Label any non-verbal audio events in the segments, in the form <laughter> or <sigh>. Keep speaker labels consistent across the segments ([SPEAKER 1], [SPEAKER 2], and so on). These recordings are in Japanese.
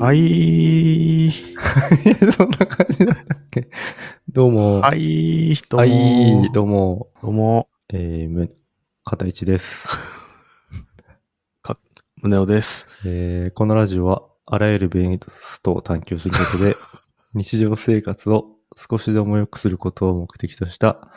[SPEAKER 1] はい。
[SPEAKER 2] <laughs> そんな感じだったっけどうも。。
[SPEAKER 1] はいい。どうも。
[SPEAKER 2] はい、どうも。
[SPEAKER 1] どうも。
[SPEAKER 2] えー、む、片
[SPEAKER 1] <laughs>
[SPEAKER 2] 一です。
[SPEAKER 1] 宗男です。
[SPEAKER 2] えー、このラジオは、あらゆるベストを探求するこ
[SPEAKER 1] <laughs>
[SPEAKER 2] とで、日常生活を少しでも良くすることを目的とした、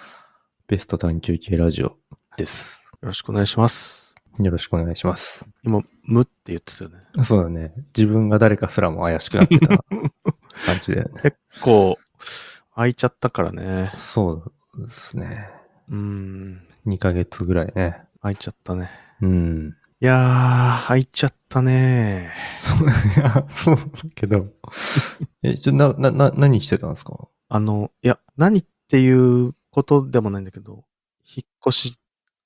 [SPEAKER 2] ベスト探求系ラジオです。
[SPEAKER 1] よろしくお願いします。
[SPEAKER 2] よろしくお願いします。
[SPEAKER 1] 今、無って言ってたよね。
[SPEAKER 2] そうだね。自分が誰かすらも怪しく
[SPEAKER 1] <laughs>
[SPEAKER 2] なってた感じだよね。
[SPEAKER 1] こう、開いちゃったからね。
[SPEAKER 2] そうですね。
[SPEAKER 1] うーん。
[SPEAKER 2] 2ヶ月ぐらいね。
[SPEAKER 1] 開いちゃったね。
[SPEAKER 2] うん。
[SPEAKER 1] いやー、開いちゃったね。
[SPEAKER 2] そう、いや、そうだけど。え、ちょ、な、な、な、何してたんですか
[SPEAKER 1] あの、いや、何っていうことでもないんだけど、引っ越し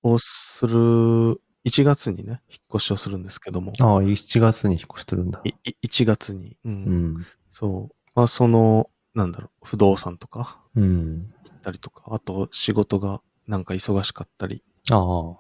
[SPEAKER 1] をする、1月にね、引っ越しをするんですけども、
[SPEAKER 2] ああ、7月に引っ越してるんだ。
[SPEAKER 1] いい1月に、う、
[SPEAKER 2] うんん。
[SPEAKER 1] そう。まあ、その、なんだろう、不動産とか、
[SPEAKER 2] うん。
[SPEAKER 1] ったりとか、あと仕事がなんか忙しかったり、
[SPEAKER 2] あ
[SPEAKER 1] ち
[SPEAKER 2] あ、
[SPEAKER 1] ょ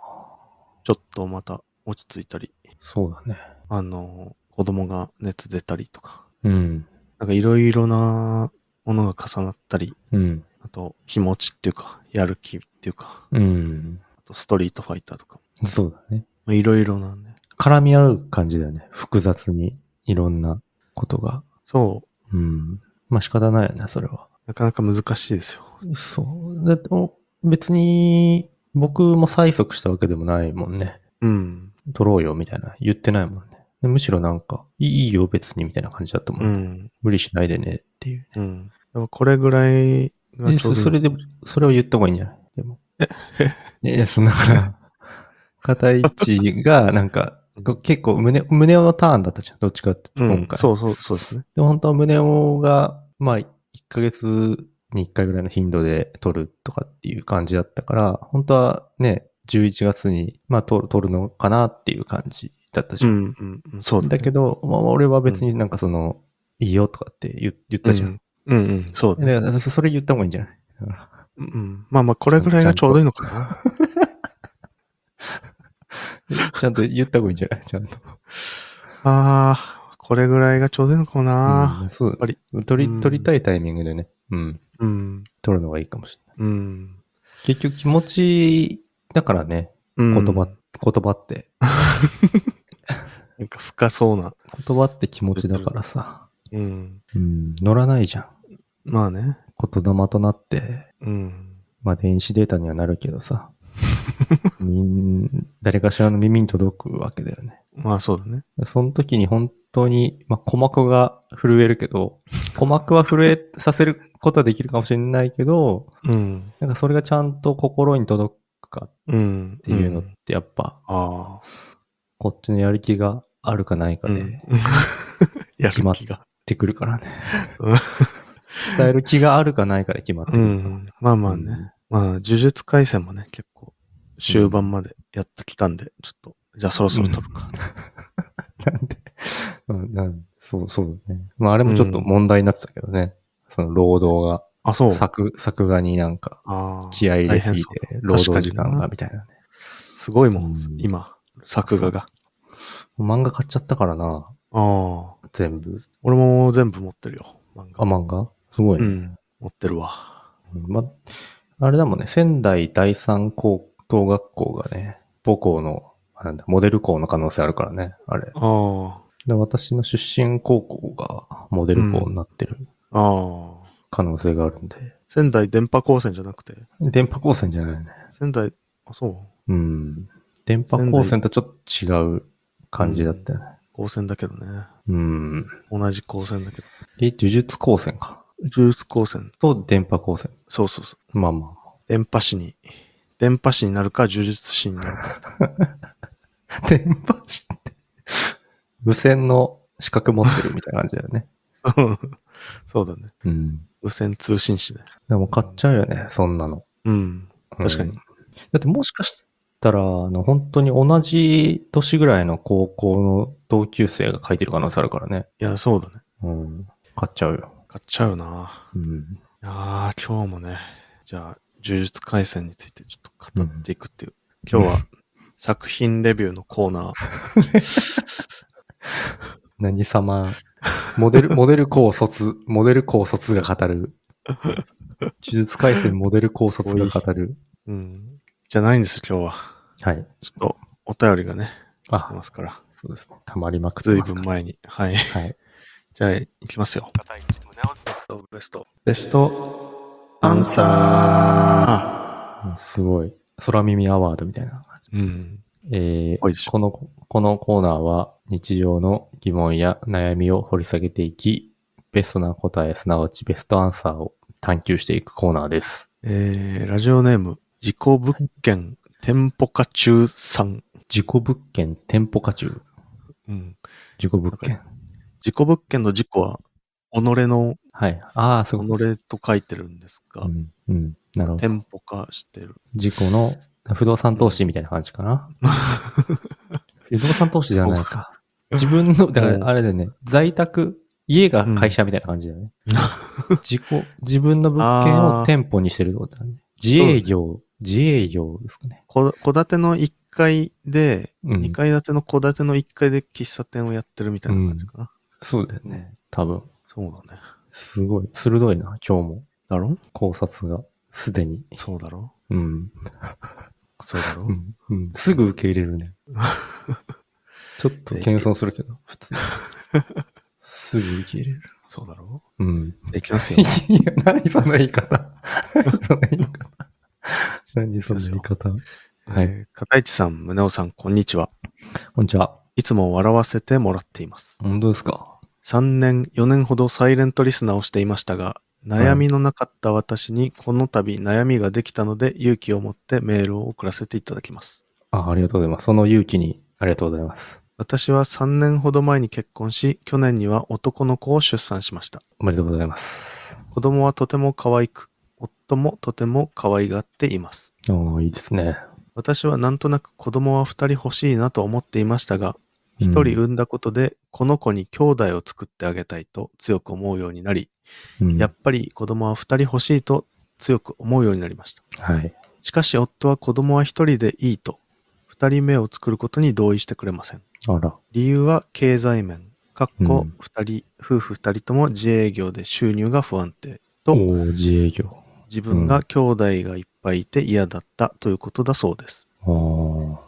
[SPEAKER 1] っとまた落ち着いたり、
[SPEAKER 2] そうだね。
[SPEAKER 1] あの、子供が熱出たりとか、
[SPEAKER 2] うん。
[SPEAKER 1] なんかいろいろなものが重なったり、
[SPEAKER 2] うん。
[SPEAKER 1] あと気持ちっていうか、やる気っていうか、
[SPEAKER 2] うん。
[SPEAKER 1] あとストリートファイターとか、
[SPEAKER 2] そうだね。
[SPEAKER 1] まあいろいろなんで。
[SPEAKER 2] 絡み合う感じだよね。複雑に。いろんなことが。
[SPEAKER 1] そう、
[SPEAKER 2] うん。まあ仕方ないよね、それは。
[SPEAKER 1] なかなか難しいですよ。
[SPEAKER 2] そう。だって、お別に、僕も催促したわけでもないもんね。
[SPEAKER 1] うん、
[SPEAKER 2] 撮ろうよ、みたいな。言ってないもんね。でむしろなんか、いいよ、別に、みたいな感じだったもん
[SPEAKER 1] う
[SPEAKER 2] ね。
[SPEAKER 1] ん、
[SPEAKER 2] 無理しないでねっていう。
[SPEAKER 1] うん。でもこれぐらいが
[SPEAKER 2] え
[SPEAKER 1] ちょうど
[SPEAKER 2] そ
[SPEAKER 1] いい
[SPEAKER 2] それで、それを言った方がいいんじゃないで <laughs> も。いやいや、そんなから、片一が、なんか、こ結構胸、胸のターンだったじゃん。どっちかって、
[SPEAKER 1] う
[SPEAKER 2] 今
[SPEAKER 1] ん、
[SPEAKER 2] 回。
[SPEAKER 1] そうそう、そうですね。
[SPEAKER 2] でも本当は胸をが、まあ、1ヶ月に1回ぐらいの頻度で取るとかっていう感じだったから、本当はね、11月に、まあ、取る、取るのかなっていう感じだったじ
[SPEAKER 1] う
[SPEAKER 2] ゃん。
[SPEAKER 1] ん、うん、うんそうだ、ね。
[SPEAKER 2] だけど、まあ、俺は別になんかその、いいよとかって言言ったじゃん。
[SPEAKER 1] うん、うん、うん、そうだね
[SPEAKER 2] だからそそれ言った方がいいんじゃないだから
[SPEAKER 1] うん。まあまあ、これぐらいがちょうどいいのかな。
[SPEAKER 2] <laughs> ちゃんと言った方がいいんじゃないちゃんと。
[SPEAKER 1] ああ、これぐらいがちょうどいいのかもな。
[SPEAKER 2] うんそう。やっ
[SPEAKER 1] ぱり。
[SPEAKER 2] 取
[SPEAKER 1] うん
[SPEAKER 2] り、取りたいタイミングでね。うん。
[SPEAKER 1] うん。
[SPEAKER 2] 取るのがいいかもしれない。
[SPEAKER 1] うん。
[SPEAKER 2] 結局気持ちだからね。
[SPEAKER 1] うん
[SPEAKER 2] 言葉、言葉って。
[SPEAKER 1] なんか深そうな。
[SPEAKER 2] 言葉って気持ちだからさ。
[SPEAKER 1] うん。
[SPEAKER 2] うん。乗らないじゃん。
[SPEAKER 1] まあね。
[SPEAKER 2] 言霊となって。
[SPEAKER 1] うん。
[SPEAKER 2] まあ電子データにはなるけど
[SPEAKER 1] <laughs>
[SPEAKER 2] さ。みん、誰かしらの耳に届くわけだよね。
[SPEAKER 1] まあそうだね。
[SPEAKER 2] その時に本当に、まあ、鼓膜が震えるけど、鼓膜は震えさせることはできるかもしれないけど、
[SPEAKER 1] うん。
[SPEAKER 2] なんかそれがちゃんと心に届くか
[SPEAKER 1] うん。っ
[SPEAKER 2] っていうのってやっぱ
[SPEAKER 1] ああ。
[SPEAKER 2] こっちのやる気があるかないか
[SPEAKER 1] う
[SPEAKER 2] で
[SPEAKER 1] ん <laughs>
[SPEAKER 2] やっ
[SPEAKER 1] や
[SPEAKER 2] 決ま
[SPEAKER 1] る
[SPEAKER 2] っ
[SPEAKER 1] 気が。
[SPEAKER 2] てくるからね
[SPEAKER 1] うん。
[SPEAKER 2] <laughs> 伝える気があるかないかで決まって
[SPEAKER 1] う
[SPEAKER 2] くるから。
[SPEAKER 1] ん。まあまあね。まあ、呪術廻戦もね、結構、終盤までやってきたんで、ちょっと、じゃあそろそろ撮るか。
[SPEAKER 2] うん。なんで、うんなんそう、そうだね。まああれもちょっと問題になってたけどね。その労働
[SPEAKER 1] あ、そう
[SPEAKER 2] が、。作、作画になんか
[SPEAKER 1] ああ。
[SPEAKER 2] 気合い入れすぎて
[SPEAKER 1] 大変そう、だ
[SPEAKER 2] 労働
[SPEAKER 1] 確
[SPEAKER 2] 時
[SPEAKER 1] か
[SPEAKER 2] 間
[SPEAKER 1] に
[SPEAKER 2] が
[SPEAKER 1] な
[SPEAKER 2] みたいなね。
[SPEAKER 1] すごいもん
[SPEAKER 2] うん、
[SPEAKER 1] 今、作画が。
[SPEAKER 2] 漫画買っちゃったからな、
[SPEAKER 1] ああ。
[SPEAKER 2] 全部。
[SPEAKER 1] 俺も全部持ってるよ、漫
[SPEAKER 2] あ、
[SPEAKER 1] 画。
[SPEAKER 2] 漫画すごい、
[SPEAKER 1] う
[SPEAKER 2] ね
[SPEAKER 1] ん、持ってるわ。
[SPEAKER 2] うんま、あれだもんね、仙台第三高等学校がね、母校の、なんだ、モデル校の可能性あるからね、あれ。
[SPEAKER 1] あ
[SPEAKER 2] で私の出身高校がモデル校になってる
[SPEAKER 1] あ、ああ。
[SPEAKER 2] 可能性があるんで。
[SPEAKER 1] 仙台電波高専じゃなくて、
[SPEAKER 2] 電波光線じゃないね。
[SPEAKER 1] 仙台、あ、そう。
[SPEAKER 2] うん。電波光線とちょっと違う感じだったよね。
[SPEAKER 1] 高専だけどね。
[SPEAKER 2] うん。
[SPEAKER 1] 同じ高専だけど。
[SPEAKER 2] え、呪術光線か。
[SPEAKER 1] 呪術高専。
[SPEAKER 2] と電波光線。
[SPEAKER 1] そうそうそう。
[SPEAKER 2] まあまあま
[SPEAKER 1] 電波師に、電波師になるか、呪術師になるか。 <laughs>
[SPEAKER 2] あ。 <laughs> 電波師って、無線の資格持ってるみたいな感じだよね。
[SPEAKER 1] そうだね。
[SPEAKER 2] うん。
[SPEAKER 1] 無線通信士ね。
[SPEAKER 2] でも買っちゃうよね、そんなの。
[SPEAKER 1] うん。確かに
[SPEAKER 2] うんだってもしかしたら、あの、本当に同じ年ぐらいの高校の同級生が書いてる可能性あるからね。
[SPEAKER 1] いや、そうだね。
[SPEAKER 2] うん。買っちゃうよ。
[SPEAKER 1] 買っちゃうな。
[SPEAKER 2] うん。
[SPEAKER 1] いやー、今日もね、じゃあ、呪術廻戦についてちょっと語っていくっていう。今日は、作品レビューのコーナー。
[SPEAKER 2] 何様モ <laughs> デル、モデル高卒、モデル高卒が語る。呪術回戦モデル高卒が語る。
[SPEAKER 1] うん。じゃないんです、今日は。
[SPEAKER 2] はい。
[SPEAKER 1] ちょっと、お便りがね、来て
[SPEAKER 2] あ、
[SPEAKER 1] ますから。
[SPEAKER 2] そうですね。溜まりまくって
[SPEAKER 1] ずい
[SPEAKER 2] ます
[SPEAKER 1] ぶん前に。はい。 <laughs>
[SPEAKER 2] はい。
[SPEAKER 1] じゃあ、いきますよ。ベスト。ベスト、アンサ
[SPEAKER 2] うんすごい。空耳アワードみたいな感じ。
[SPEAKER 1] ーうん。
[SPEAKER 2] え
[SPEAKER 1] 多いでしょ
[SPEAKER 2] ー、この、このコーナーは日常の疑問や悩みを掘り下げていき、ベストな答え、すなわちベストアンサーを探求していくコーナーです。
[SPEAKER 1] えー、ラジオネーム、自己物件、店舗化中さん。
[SPEAKER 2] 自己物件、店舗化中。
[SPEAKER 1] うん。
[SPEAKER 2] 自己物件。
[SPEAKER 1] 自己物件の自己は、己の、
[SPEAKER 2] はい。ああ、そういうこと
[SPEAKER 1] 己と書いてるんですが
[SPEAKER 2] う、ん。うん。なるほど。
[SPEAKER 1] 店舗化してる。
[SPEAKER 2] 自己の不動産投資みたいな感じか
[SPEAKER 1] <laughs>
[SPEAKER 2] な。不動産投資ではないか。自
[SPEAKER 1] <laughs>
[SPEAKER 2] 分の、だからあれだよね、在宅、家が会社みたいな感じ
[SPEAKER 1] <laughs>
[SPEAKER 2] だよね。自己、自分の物件
[SPEAKER 1] あ
[SPEAKER 2] を
[SPEAKER 1] ー
[SPEAKER 2] 店舗にしてるってことだね。自営業、自営業ですかね。
[SPEAKER 1] こ戸建ての1階で、
[SPEAKER 2] う
[SPEAKER 1] 2
[SPEAKER 2] ん。
[SPEAKER 1] 階建ての戸建ての1階で喫茶店をやってるみたいな感じかな。
[SPEAKER 2] そうだよね。多分。
[SPEAKER 1] そうだね。
[SPEAKER 2] すごい。鋭いな、今日も。
[SPEAKER 1] だろ
[SPEAKER 2] 考察が、すでに。
[SPEAKER 1] そうだろ
[SPEAKER 2] うん。
[SPEAKER 1] そうだろ、
[SPEAKER 2] うん。うん。すぐ受け入れ
[SPEAKER 1] <laughs>
[SPEAKER 2] るね。ちょっと謙遜するけど、普通
[SPEAKER 1] <laughs>
[SPEAKER 2] に。すぐ受け入れる。
[SPEAKER 1] そうだろ
[SPEAKER 2] うん。
[SPEAKER 1] じゃあいきます
[SPEAKER 2] <laughs>
[SPEAKER 1] よ。
[SPEAKER 2] いや、何その言い方。何その言い方。何その言い方。は
[SPEAKER 1] え
[SPEAKER 2] い。
[SPEAKER 1] ー片市さん、宗男さん、こんにちは。
[SPEAKER 2] こんにちは。
[SPEAKER 1] いつも笑わせてもらっています。
[SPEAKER 2] 本当ですか
[SPEAKER 1] 3年、4年ほどサイレントリスナーをしていましたが、悩みのなかった私にこの度悩みができたので勇気を持ってメールを送らせていただきます。
[SPEAKER 2] あ、ありがとうございます。その勇気に、ありがとうございます。
[SPEAKER 1] 私は3年ほど前に結婚し、去年には男の子を出産しました。
[SPEAKER 2] おめでとうございます。
[SPEAKER 1] 子供はとても可愛く、夫もとても可愛がっています。
[SPEAKER 2] おーいいですね。
[SPEAKER 1] 私はなんとなく子供は2人欲しいなと思っていましたが、
[SPEAKER 2] うん
[SPEAKER 1] 1人産んだことで、この子に兄弟を作ってあげたいと強く思うようになり、
[SPEAKER 2] うん
[SPEAKER 1] やっぱり子供は2人欲しいと強く思うようになりました。
[SPEAKER 2] はい。
[SPEAKER 1] しかし夫は子供は1人でいいと、2人目を作ることに同意してくれません。
[SPEAKER 2] あら。
[SPEAKER 1] 理由は経済面、かっ
[SPEAKER 2] う
[SPEAKER 1] こ
[SPEAKER 2] ん
[SPEAKER 1] 2人、夫婦2人とも自営業で収入が不安定
[SPEAKER 2] お
[SPEAKER 1] と、
[SPEAKER 2] ー自営業。
[SPEAKER 1] 自分が兄弟がいっぱいいて嫌だったということだそうです。
[SPEAKER 2] ああ。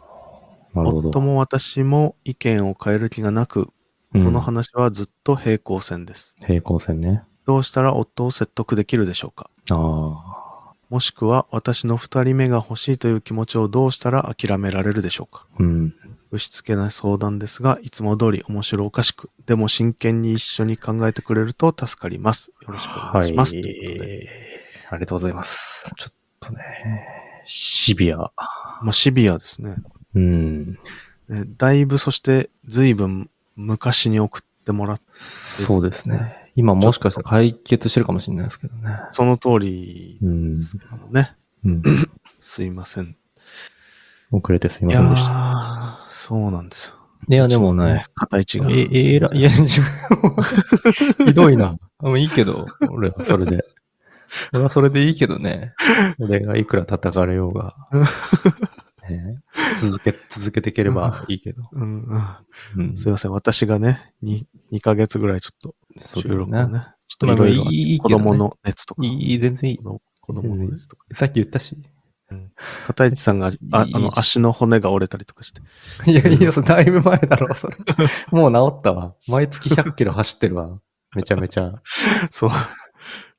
[SPEAKER 2] なるほど。
[SPEAKER 1] 夫も私も意見を変える気がなく、
[SPEAKER 2] うん
[SPEAKER 1] この話はずっと平行線です。
[SPEAKER 2] 平行線ね。
[SPEAKER 1] どうしたら夫を説得できるでしょうか
[SPEAKER 2] ああ。
[SPEAKER 1] もしくは私の二人目が欲しいという気持ちをどうしたら諦められるでしょうか
[SPEAKER 2] うん。
[SPEAKER 1] ぶしつけな相談ですが、いつも通り面白おかしく、でも真剣に一緒に考えてくれると助かります。よろしくお願いします。ということで
[SPEAKER 2] ありがとうございます。ちょっとね、シビア。
[SPEAKER 1] まあシビアですね。
[SPEAKER 2] うん。
[SPEAKER 1] ねだいぶそして随分昔に送ってもらっ
[SPEAKER 2] そうですね。今もしかしたら解決してるかもしれないですけどね。
[SPEAKER 1] その通り
[SPEAKER 2] うん
[SPEAKER 1] で。すけどもね。
[SPEAKER 2] うん、 <clears throat>
[SPEAKER 1] すいません。
[SPEAKER 2] 遅れてすいま
[SPEAKER 1] い
[SPEAKER 2] せ
[SPEAKER 1] や
[SPEAKER 2] んでした。
[SPEAKER 1] ーそうなんですよ。
[SPEAKER 2] いや、でもね、。
[SPEAKER 1] 片一が。
[SPEAKER 2] え、ええら、いや、自 <laughs> 分ひどいな。もういいけど、俺はそれ <laughs> で。俺はそれでいいけどね。俺がいくら叩かれよう <laughs> が。ね、続け、続けていければいいけど。
[SPEAKER 1] うんう
[SPEAKER 2] うん
[SPEAKER 1] ん。すいません。私がね、2、2ヶ月ぐらいちょっと
[SPEAKER 2] そう
[SPEAKER 1] 収
[SPEAKER 2] だよ
[SPEAKER 1] 録を
[SPEAKER 2] ね。
[SPEAKER 1] ね、ちょっといろ
[SPEAKER 2] まあまあいいい
[SPEAKER 1] い
[SPEAKER 2] い
[SPEAKER 1] ろ
[SPEAKER 2] け
[SPEAKER 1] 子
[SPEAKER 2] どね
[SPEAKER 1] 供の熱とか、
[SPEAKER 2] いい、全然いい
[SPEAKER 1] 子。供子供の熱とか。
[SPEAKER 2] さっき言ったし。
[SPEAKER 1] 片一さんが、あ
[SPEAKER 2] いい
[SPEAKER 1] あの、足の骨が折れたりとかして。
[SPEAKER 2] いやいや、それだいぶ前だろ、 <laughs> それ。もう治ったわ。毎月100キロ走ってるわ。めちゃめちゃ。
[SPEAKER 1] そう。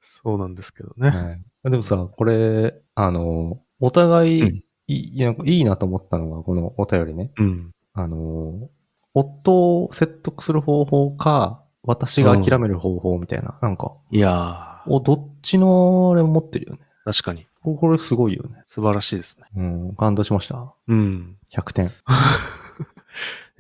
[SPEAKER 1] そうなんですけどね。
[SPEAKER 2] はい、でもさ、これ、あの、お互い、
[SPEAKER 1] うん
[SPEAKER 2] いいなんかいいなと思ったのが、このお便りね。
[SPEAKER 1] うん。
[SPEAKER 2] あの、夫を説得する方法か、私が諦める方法みたいな。なんか、
[SPEAKER 1] いやー、
[SPEAKER 2] お、どっちのあれを持ってるよね。
[SPEAKER 1] 確かに。
[SPEAKER 2] ここれすごいよね。
[SPEAKER 1] 素晴らしいですね。
[SPEAKER 2] うん、感動しました。
[SPEAKER 1] うん。
[SPEAKER 2] 100点。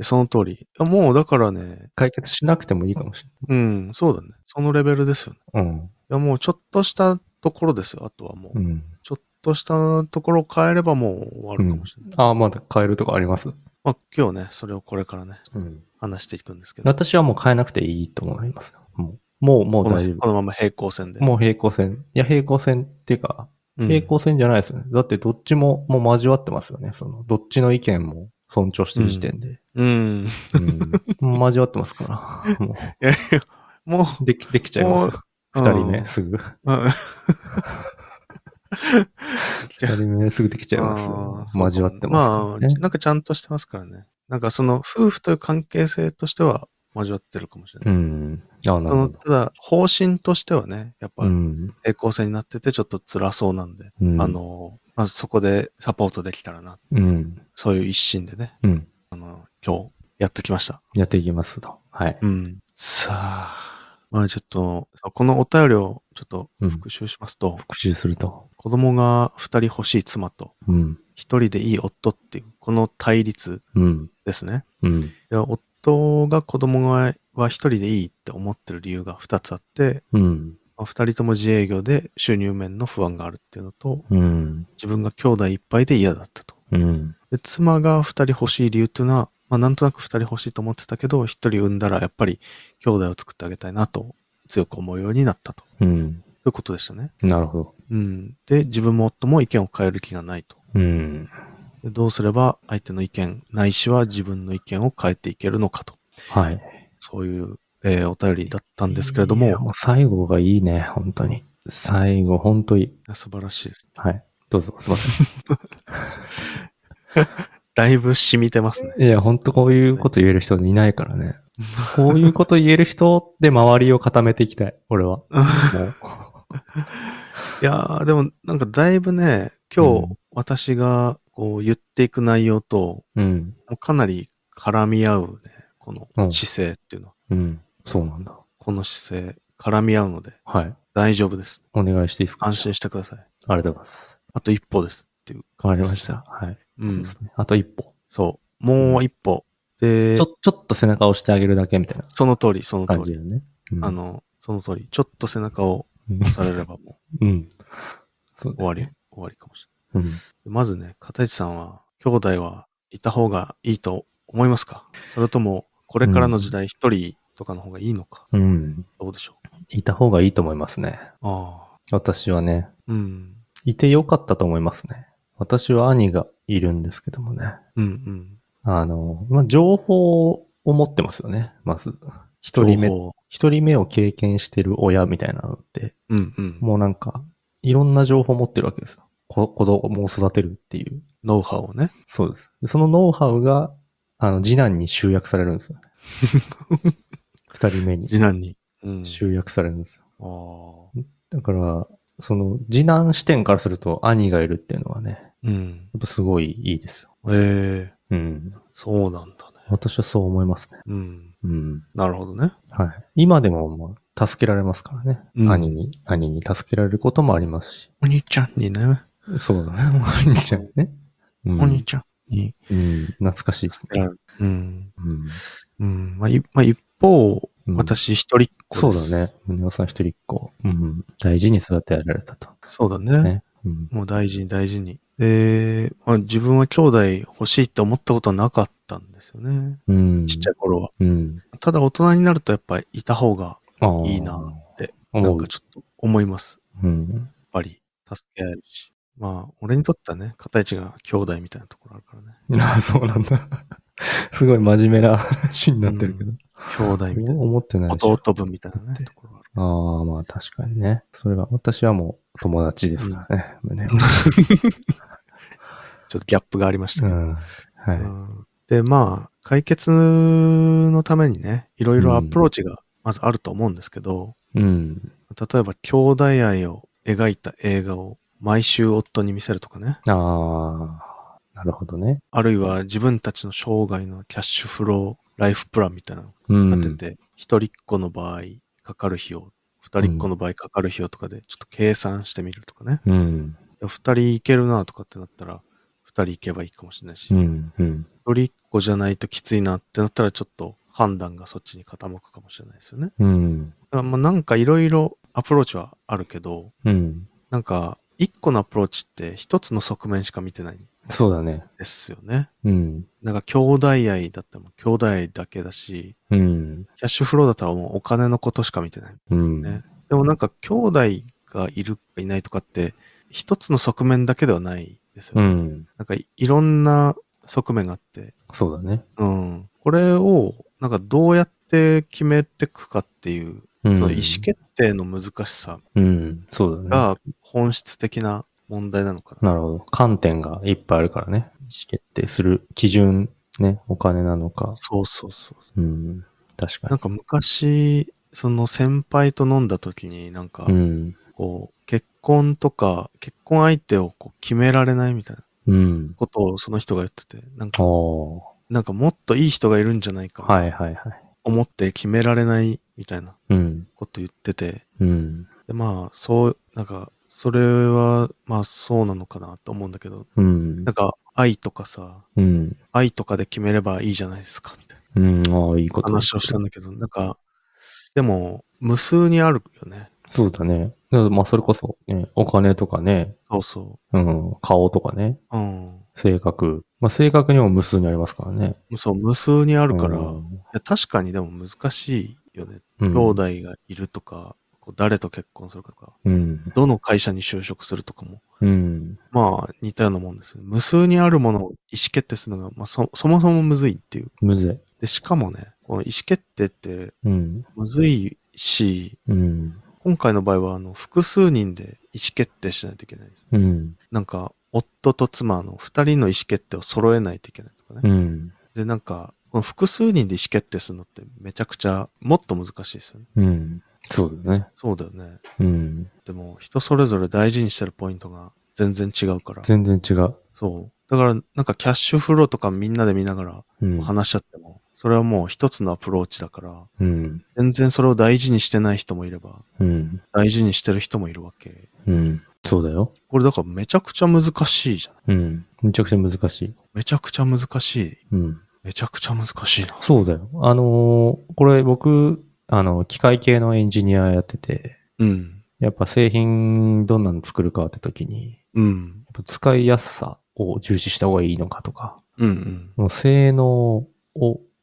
[SPEAKER 1] その通り。あもうだからね、
[SPEAKER 2] 解決しなくてもいいかもし
[SPEAKER 1] うん、そうだね。そのレベルですよね。
[SPEAKER 2] れない。うん。
[SPEAKER 1] いや、もうちょっとしたところですよ。あとはもう
[SPEAKER 2] う。ん。
[SPEAKER 1] ちょっとしたところを変えればもう終わるかもしれない。
[SPEAKER 2] ああ、まだ変えるとかあります。
[SPEAKER 1] まあ今日ね、それをこれからね、
[SPEAKER 2] うん。
[SPEAKER 1] 話していくんですけど、
[SPEAKER 2] 私はもう変えなくていいと思います。もう、もう、もう
[SPEAKER 1] この
[SPEAKER 2] 大丈
[SPEAKER 1] このまま平行線で。
[SPEAKER 2] 夫。もう平行線。いや、平行線っていうか、
[SPEAKER 1] うん
[SPEAKER 2] 平行線じゃないですよね。だってどっちももう交わってますよね。その、どっちの意見も尊重してる時点で。
[SPEAKER 1] うん。
[SPEAKER 2] うん。もう交わってますから。も
[SPEAKER 1] いやいや、もう、
[SPEAKER 2] う、でき、できちゃいますよ。
[SPEAKER 1] うん
[SPEAKER 2] 二人目、す
[SPEAKER 1] う
[SPEAKER 2] ぐ。
[SPEAKER 1] ん
[SPEAKER 2] 二人目、すぐできちゃいます
[SPEAKER 1] あ
[SPEAKER 2] よ
[SPEAKER 1] ー。そうかも
[SPEAKER 2] 交わってますからね。
[SPEAKER 1] あ、なんかちゃんとしてますからね。なんかその夫婦という関係性としては交わってるかもしれ
[SPEAKER 2] う
[SPEAKER 1] ない。
[SPEAKER 2] ん。
[SPEAKER 1] そ
[SPEAKER 2] あ、なるほ
[SPEAKER 1] の
[SPEAKER 2] ど。
[SPEAKER 1] ただ、方針としてはね、やっぱ
[SPEAKER 2] うん。
[SPEAKER 1] 平行線になっててちょっと辛そうなんで、
[SPEAKER 2] うん
[SPEAKER 1] あ、の、まずそこでサポートできたらな。
[SPEAKER 2] うん。
[SPEAKER 1] そういう一心でね、
[SPEAKER 2] うん。
[SPEAKER 1] あの、今日やってきました。
[SPEAKER 2] やっていきますと。はい。
[SPEAKER 1] うん。さあ、まあちょっと、このお便りをちょっと復習しますと、
[SPEAKER 2] 復習すると。
[SPEAKER 1] 子供が2人欲しい妻と、
[SPEAKER 2] うん。
[SPEAKER 1] 一人でいい夫っていう、この対立
[SPEAKER 2] うん。
[SPEAKER 1] ですね。
[SPEAKER 2] うん。
[SPEAKER 1] いや夫が子供がは一人でいいって思ってる理由が2つあって、
[SPEAKER 2] うん。
[SPEAKER 1] まあ二人とも自営業で収入面の不安があるっていうのと、
[SPEAKER 2] うん。
[SPEAKER 1] 自分が兄弟いっぱいで嫌だったと。
[SPEAKER 2] うん。
[SPEAKER 1] で妻が2人欲しい理由っていうのは、まあ、なんとなく2人欲しいと思ってたけど、1人産んだらやっぱり兄弟を作ってあげたいなと強く思うようになったと。と
[SPEAKER 2] うん。
[SPEAKER 1] いうことでしたね。
[SPEAKER 2] なるほど。
[SPEAKER 1] うん。で、自分も夫も意見を変える気がないと。
[SPEAKER 2] うん。
[SPEAKER 1] でどうすれば相手の意見、ないしは自分の意見を変えていけるのかと。
[SPEAKER 2] はい。
[SPEAKER 1] そういう、えーお便りだったんですけれども、
[SPEAKER 2] いやう最後がいいね、本当に。最後、本当にいい。
[SPEAKER 1] 素晴らしいです。
[SPEAKER 2] はい。どうぞ、すいませ
[SPEAKER 1] だいぶ染みてますね。
[SPEAKER 2] ん。 <laughs> いや、本当こういうこと言える人いないからね。こういうこと言える人で周りを固めていきたい、俺 <laughs> は。も
[SPEAKER 1] いやー、でもなんかだいぶね、今
[SPEAKER 2] う
[SPEAKER 1] 日私がこう言っていく内容と、
[SPEAKER 2] う。うん。
[SPEAKER 1] もうかなり絡み合うね、こ
[SPEAKER 2] う
[SPEAKER 1] の
[SPEAKER 2] ん
[SPEAKER 1] 姿勢っていうのは、
[SPEAKER 2] うん。そうなんだ。
[SPEAKER 1] この姿勢、絡み合うので
[SPEAKER 2] はい。
[SPEAKER 1] 大丈夫です。
[SPEAKER 2] お願いしていいですか
[SPEAKER 1] 安心してください。
[SPEAKER 2] ありがとうございます。
[SPEAKER 1] あと一歩ですっていう
[SPEAKER 2] わ
[SPEAKER 1] 感
[SPEAKER 2] か
[SPEAKER 1] じで
[SPEAKER 2] り
[SPEAKER 1] す。
[SPEAKER 2] ました。はい。
[SPEAKER 1] う
[SPEAKER 2] そうんで。すね。あと一歩。
[SPEAKER 1] そう。もう一歩。で
[SPEAKER 2] ちょ、、ちょっと背中を押してあげるだけみたいな
[SPEAKER 1] その通り、その
[SPEAKER 2] 感
[SPEAKER 1] 通
[SPEAKER 2] じ
[SPEAKER 1] り。
[SPEAKER 2] だよね。うん
[SPEAKER 1] あの、その通り。ちょっと背中を
[SPEAKER 2] うん
[SPEAKER 1] 押されればも
[SPEAKER 2] うん。そう
[SPEAKER 1] う終
[SPEAKER 2] だよ
[SPEAKER 1] わり
[SPEAKER 2] <laughs> ね。、
[SPEAKER 1] 終わりかもしれない。
[SPEAKER 2] うん。
[SPEAKER 1] まずね、片市さんは、兄弟はいた方がいいと思いますかそれとも、これからの時代一人とかの方がいいのか、
[SPEAKER 2] うん。
[SPEAKER 1] どうでしょう
[SPEAKER 2] いた方がいいと思いますね。
[SPEAKER 1] ああ、
[SPEAKER 2] 私はね、
[SPEAKER 1] うん、
[SPEAKER 2] いてよかったと思いますね。私は兄がいるんですけどもね。
[SPEAKER 1] うん、うん。
[SPEAKER 2] あの、まあ、情報を持ってますよね。まず、一人目
[SPEAKER 1] 情、報
[SPEAKER 2] 一人目を経験してる親みたいなのって、
[SPEAKER 1] うん、うん。
[SPEAKER 2] もうなんか、いろんな情報を持ってるわけですよ。子子供を育てるっていう。
[SPEAKER 1] ノウハウをね。
[SPEAKER 2] そうです。でそのノウハウが、あの、次男に集約されるんですよ
[SPEAKER 1] <laughs>
[SPEAKER 2] ね。二人目に
[SPEAKER 1] 次男に。うん。
[SPEAKER 2] 集約されるんですよ。
[SPEAKER 1] ああ、
[SPEAKER 2] だから、その、次男視点からすると兄がいるっていうのはね、
[SPEAKER 1] うん。
[SPEAKER 2] やっぱすごいいいですよ。
[SPEAKER 1] ええ
[SPEAKER 2] うん。
[SPEAKER 1] そうなんだね。
[SPEAKER 2] 私はそう思いますね。
[SPEAKER 1] うん。
[SPEAKER 2] うん。
[SPEAKER 1] なるほどね。
[SPEAKER 2] はい。今でも、まあ、助けられますからね。
[SPEAKER 1] うん
[SPEAKER 2] 兄に、兄に助けられることもありますし。
[SPEAKER 1] お兄ちゃんにね、
[SPEAKER 2] そうだね。お兄ちゃんね。う
[SPEAKER 1] お兄
[SPEAKER 2] ん。
[SPEAKER 1] ちゃんに。
[SPEAKER 2] うん、懐かしいですね。
[SPEAKER 1] うん。
[SPEAKER 2] うん。
[SPEAKER 1] うん。まあ、いまあ、一方、
[SPEAKER 2] うん、
[SPEAKER 1] 私一人っ子
[SPEAKER 2] そう
[SPEAKER 1] です。
[SPEAKER 2] だ。ね。宗男さん一人っ子。うん。大事に育てられたと。
[SPEAKER 1] そうだね。
[SPEAKER 2] ね。うん。
[SPEAKER 1] もう大事に大事に。で、まあ、自分は兄弟欲しいって思ったことはなかったんですよね。
[SPEAKER 2] うん。
[SPEAKER 1] ちっちゃい頃は。
[SPEAKER 2] うん。
[SPEAKER 1] ただ大人になるとやっぱりいた方が
[SPEAKER 2] あー
[SPEAKER 1] いいなって、な
[SPEAKER 2] 思
[SPEAKER 1] ん
[SPEAKER 2] う
[SPEAKER 1] か。ちょっと思います。
[SPEAKER 2] うん。
[SPEAKER 1] やっぱり助け合えるし。まあ、俺にとってはね、片市が兄弟みたいなところあるから <laughs> ね。
[SPEAKER 2] ああ、 <laughs> そうなんだ。すごい真面目な話になってるけど。
[SPEAKER 1] 兄弟みたいな。
[SPEAKER 2] 思ってないし。
[SPEAKER 1] 弟分みたいなね、ところがある。
[SPEAKER 2] ああ、まあ確かにね。それは、私はもう友達ですからね。胸
[SPEAKER 1] <laughs>
[SPEAKER 2] は
[SPEAKER 1] ちょっとギャップがありました
[SPEAKER 2] う
[SPEAKER 1] けど。
[SPEAKER 2] ん。はい。
[SPEAKER 1] うんで、まあ、解決のためにね、いろいろアプローチがまずあると思うんですけど、
[SPEAKER 2] うん。
[SPEAKER 1] 例えば兄弟愛を描いた映画を毎週夫に見せるとかね。
[SPEAKER 2] ああ、なるほどね。
[SPEAKER 1] あるいは自分たちの生涯のキャッシュフローライフプランみたいなの
[SPEAKER 2] う
[SPEAKER 1] を
[SPEAKER 2] ん。
[SPEAKER 1] 立てて、一、人っ子の場合かかる費用、二人っ子の場合かかる費用とかでちょっと計算してみるとかね。
[SPEAKER 2] うん。
[SPEAKER 1] 二人いけるなとかってなったら、二人いけばいいかもしれないし、
[SPEAKER 2] う
[SPEAKER 1] 一、
[SPEAKER 2] ん。うん。
[SPEAKER 1] 人っ子じゃないときついなってなったらちょっと判断がそっちに傾くかもしれないですよね。
[SPEAKER 2] うん。
[SPEAKER 1] だからまあなんかいろいろアプローチはあるけど、
[SPEAKER 2] うん。
[SPEAKER 1] なんか、一個のアプローチって一つの側面しか見てないん
[SPEAKER 2] そうだね。
[SPEAKER 1] ですよね。
[SPEAKER 2] うん。
[SPEAKER 1] なんか、兄弟愛だったらもう兄弟愛だけだし、
[SPEAKER 2] うん。
[SPEAKER 1] キャッシュフローだったらもうお金のことしか見てない。
[SPEAKER 2] うん。
[SPEAKER 1] ねでもなんか、兄弟がいるかいないとかって、一つの側面だけではないですよ
[SPEAKER 2] う
[SPEAKER 1] ね。
[SPEAKER 2] ん。
[SPEAKER 1] なんかい、いろんな側面があって、
[SPEAKER 2] そうだね。
[SPEAKER 1] うん。これを、なんかどうやって決めていくかっていう、
[SPEAKER 2] うん、
[SPEAKER 1] その意思決定の難しさ
[SPEAKER 2] うん、そうだね。
[SPEAKER 1] が本質的な問題なのかな。
[SPEAKER 2] なるほど。観点がいっぱいあるからね。意思決定する基準、ね、お金なのか。
[SPEAKER 1] そうそうそう。
[SPEAKER 2] うん、確か
[SPEAKER 1] なんか昔、その先輩と飲んだ時になんか
[SPEAKER 2] に。う、ん、
[SPEAKER 1] こう、結婚とか、結婚相手をこう決められないみたいな
[SPEAKER 2] うん。
[SPEAKER 1] ことをその人が言ってて、なんか、
[SPEAKER 2] おー
[SPEAKER 1] なんかもっといい人がいるんじゃないか、
[SPEAKER 2] はいはいはい。
[SPEAKER 1] 思って決められないみたいな
[SPEAKER 2] うん、
[SPEAKER 1] こと言ってて、
[SPEAKER 2] うん、
[SPEAKER 1] で、まあ、そう、なんか、それは、まあ、そうなのかなと思うんだけど、
[SPEAKER 2] うん
[SPEAKER 1] なん、か、愛とかさ、
[SPEAKER 2] うん、
[SPEAKER 1] 愛とかで決めればいいじゃないですか、みたいな
[SPEAKER 2] うん、ああ、いいこと。
[SPEAKER 1] 話をしたんだけど、なんか、でも、無数にあるよね。
[SPEAKER 2] そうだね。だからまあ、それこそ、ね、お金とかね、
[SPEAKER 1] そうそ
[SPEAKER 2] うん、顔とかね、
[SPEAKER 1] う。うん。
[SPEAKER 2] 性格。まあ、性格にも無数にありますからね。
[SPEAKER 1] そう、無数にあるから、
[SPEAKER 2] う
[SPEAKER 1] い
[SPEAKER 2] ん
[SPEAKER 1] や確かにでも難しいよね。
[SPEAKER 2] うん、
[SPEAKER 1] 兄弟がいるとか、こう誰と結婚するかとか、
[SPEAKER 2] うん、
[SPEAKER 1] どの会社に就職するとかも、
[SPEAKER 2] うん、
[SPEAKER 1] まあ似たようなもんですね。無数にあるものを意思決定するのが、まあそそもそもむずいっていう。
[SPEAKER 2] むず
[SPEAKER 1] で、しかもね、この意思決定って
[SPEAKER 2] い。うん、
[SPEAKER 1] むずいし、
[SPEAKER 2] うん、
[SPEAKER 1] 今回の場合はあの複数人で意思決定しないといけないです。
[SPEAKER 2] うん、
[SPEAKER 1] なんか、夫と妻の二人の意思決定を揃えないといけないとかね。
[SPEAKER 2] うん、
[SPEAKER 1] で、なんか、この複数人で意思決定するのってめちゃくちゃもっと難しいですよね。
[SPEAKER 2] うん、そうだね。
[SPEAKER 1] そうだよね。
[SPEAKER 2] うん、
[SPEAKER 1] でも、人それぞれ大事にしてるポイントが全然違うから。
[SPEAKER 2] 全然違う。
[SPEAKER 1] そう。だから、なんかキャッシュフローとかみんなで見なが
[SPEAKER 2] うん
[SPEAKER 1] ら、話し合っても、それはもう一つのアプローチだから、
[SPEAKER 2] うん、
[SPEAKER 1] 全然それを大事にしてない人もいれば、
[SPEAKER 2] うん、
[SPEAKER 1] 大事にしてる人もいるわけ。
[SPEAKER 2] うん、そうだよ。
[SPEAKER 1] これだからめちゃくちゃ難しいじゃない
[SPEAKER 2] うん、めちゃくちゃ難しい。
[SPEAKER 1] めちゃくちゃ難しい。
[SPEAKER 2] うん。
[SPEAKER 1] めちゃくちゃ難しいな。
[SPEAKER 2] そうだよ。あのーこれ僕、あの、機械系のエンジニアやってて、
[SPEAKER 1] うん。
[SPEAKER 2] やっぱ製品どんなの作るかって時に、
[SPEAKER 1] うん。
[SPEAKER 2] やっぱ使いやすさを重視した方がいいのかとか、
[SPEAKER 1] うんうん。
[SPEAKER 2] もう性能を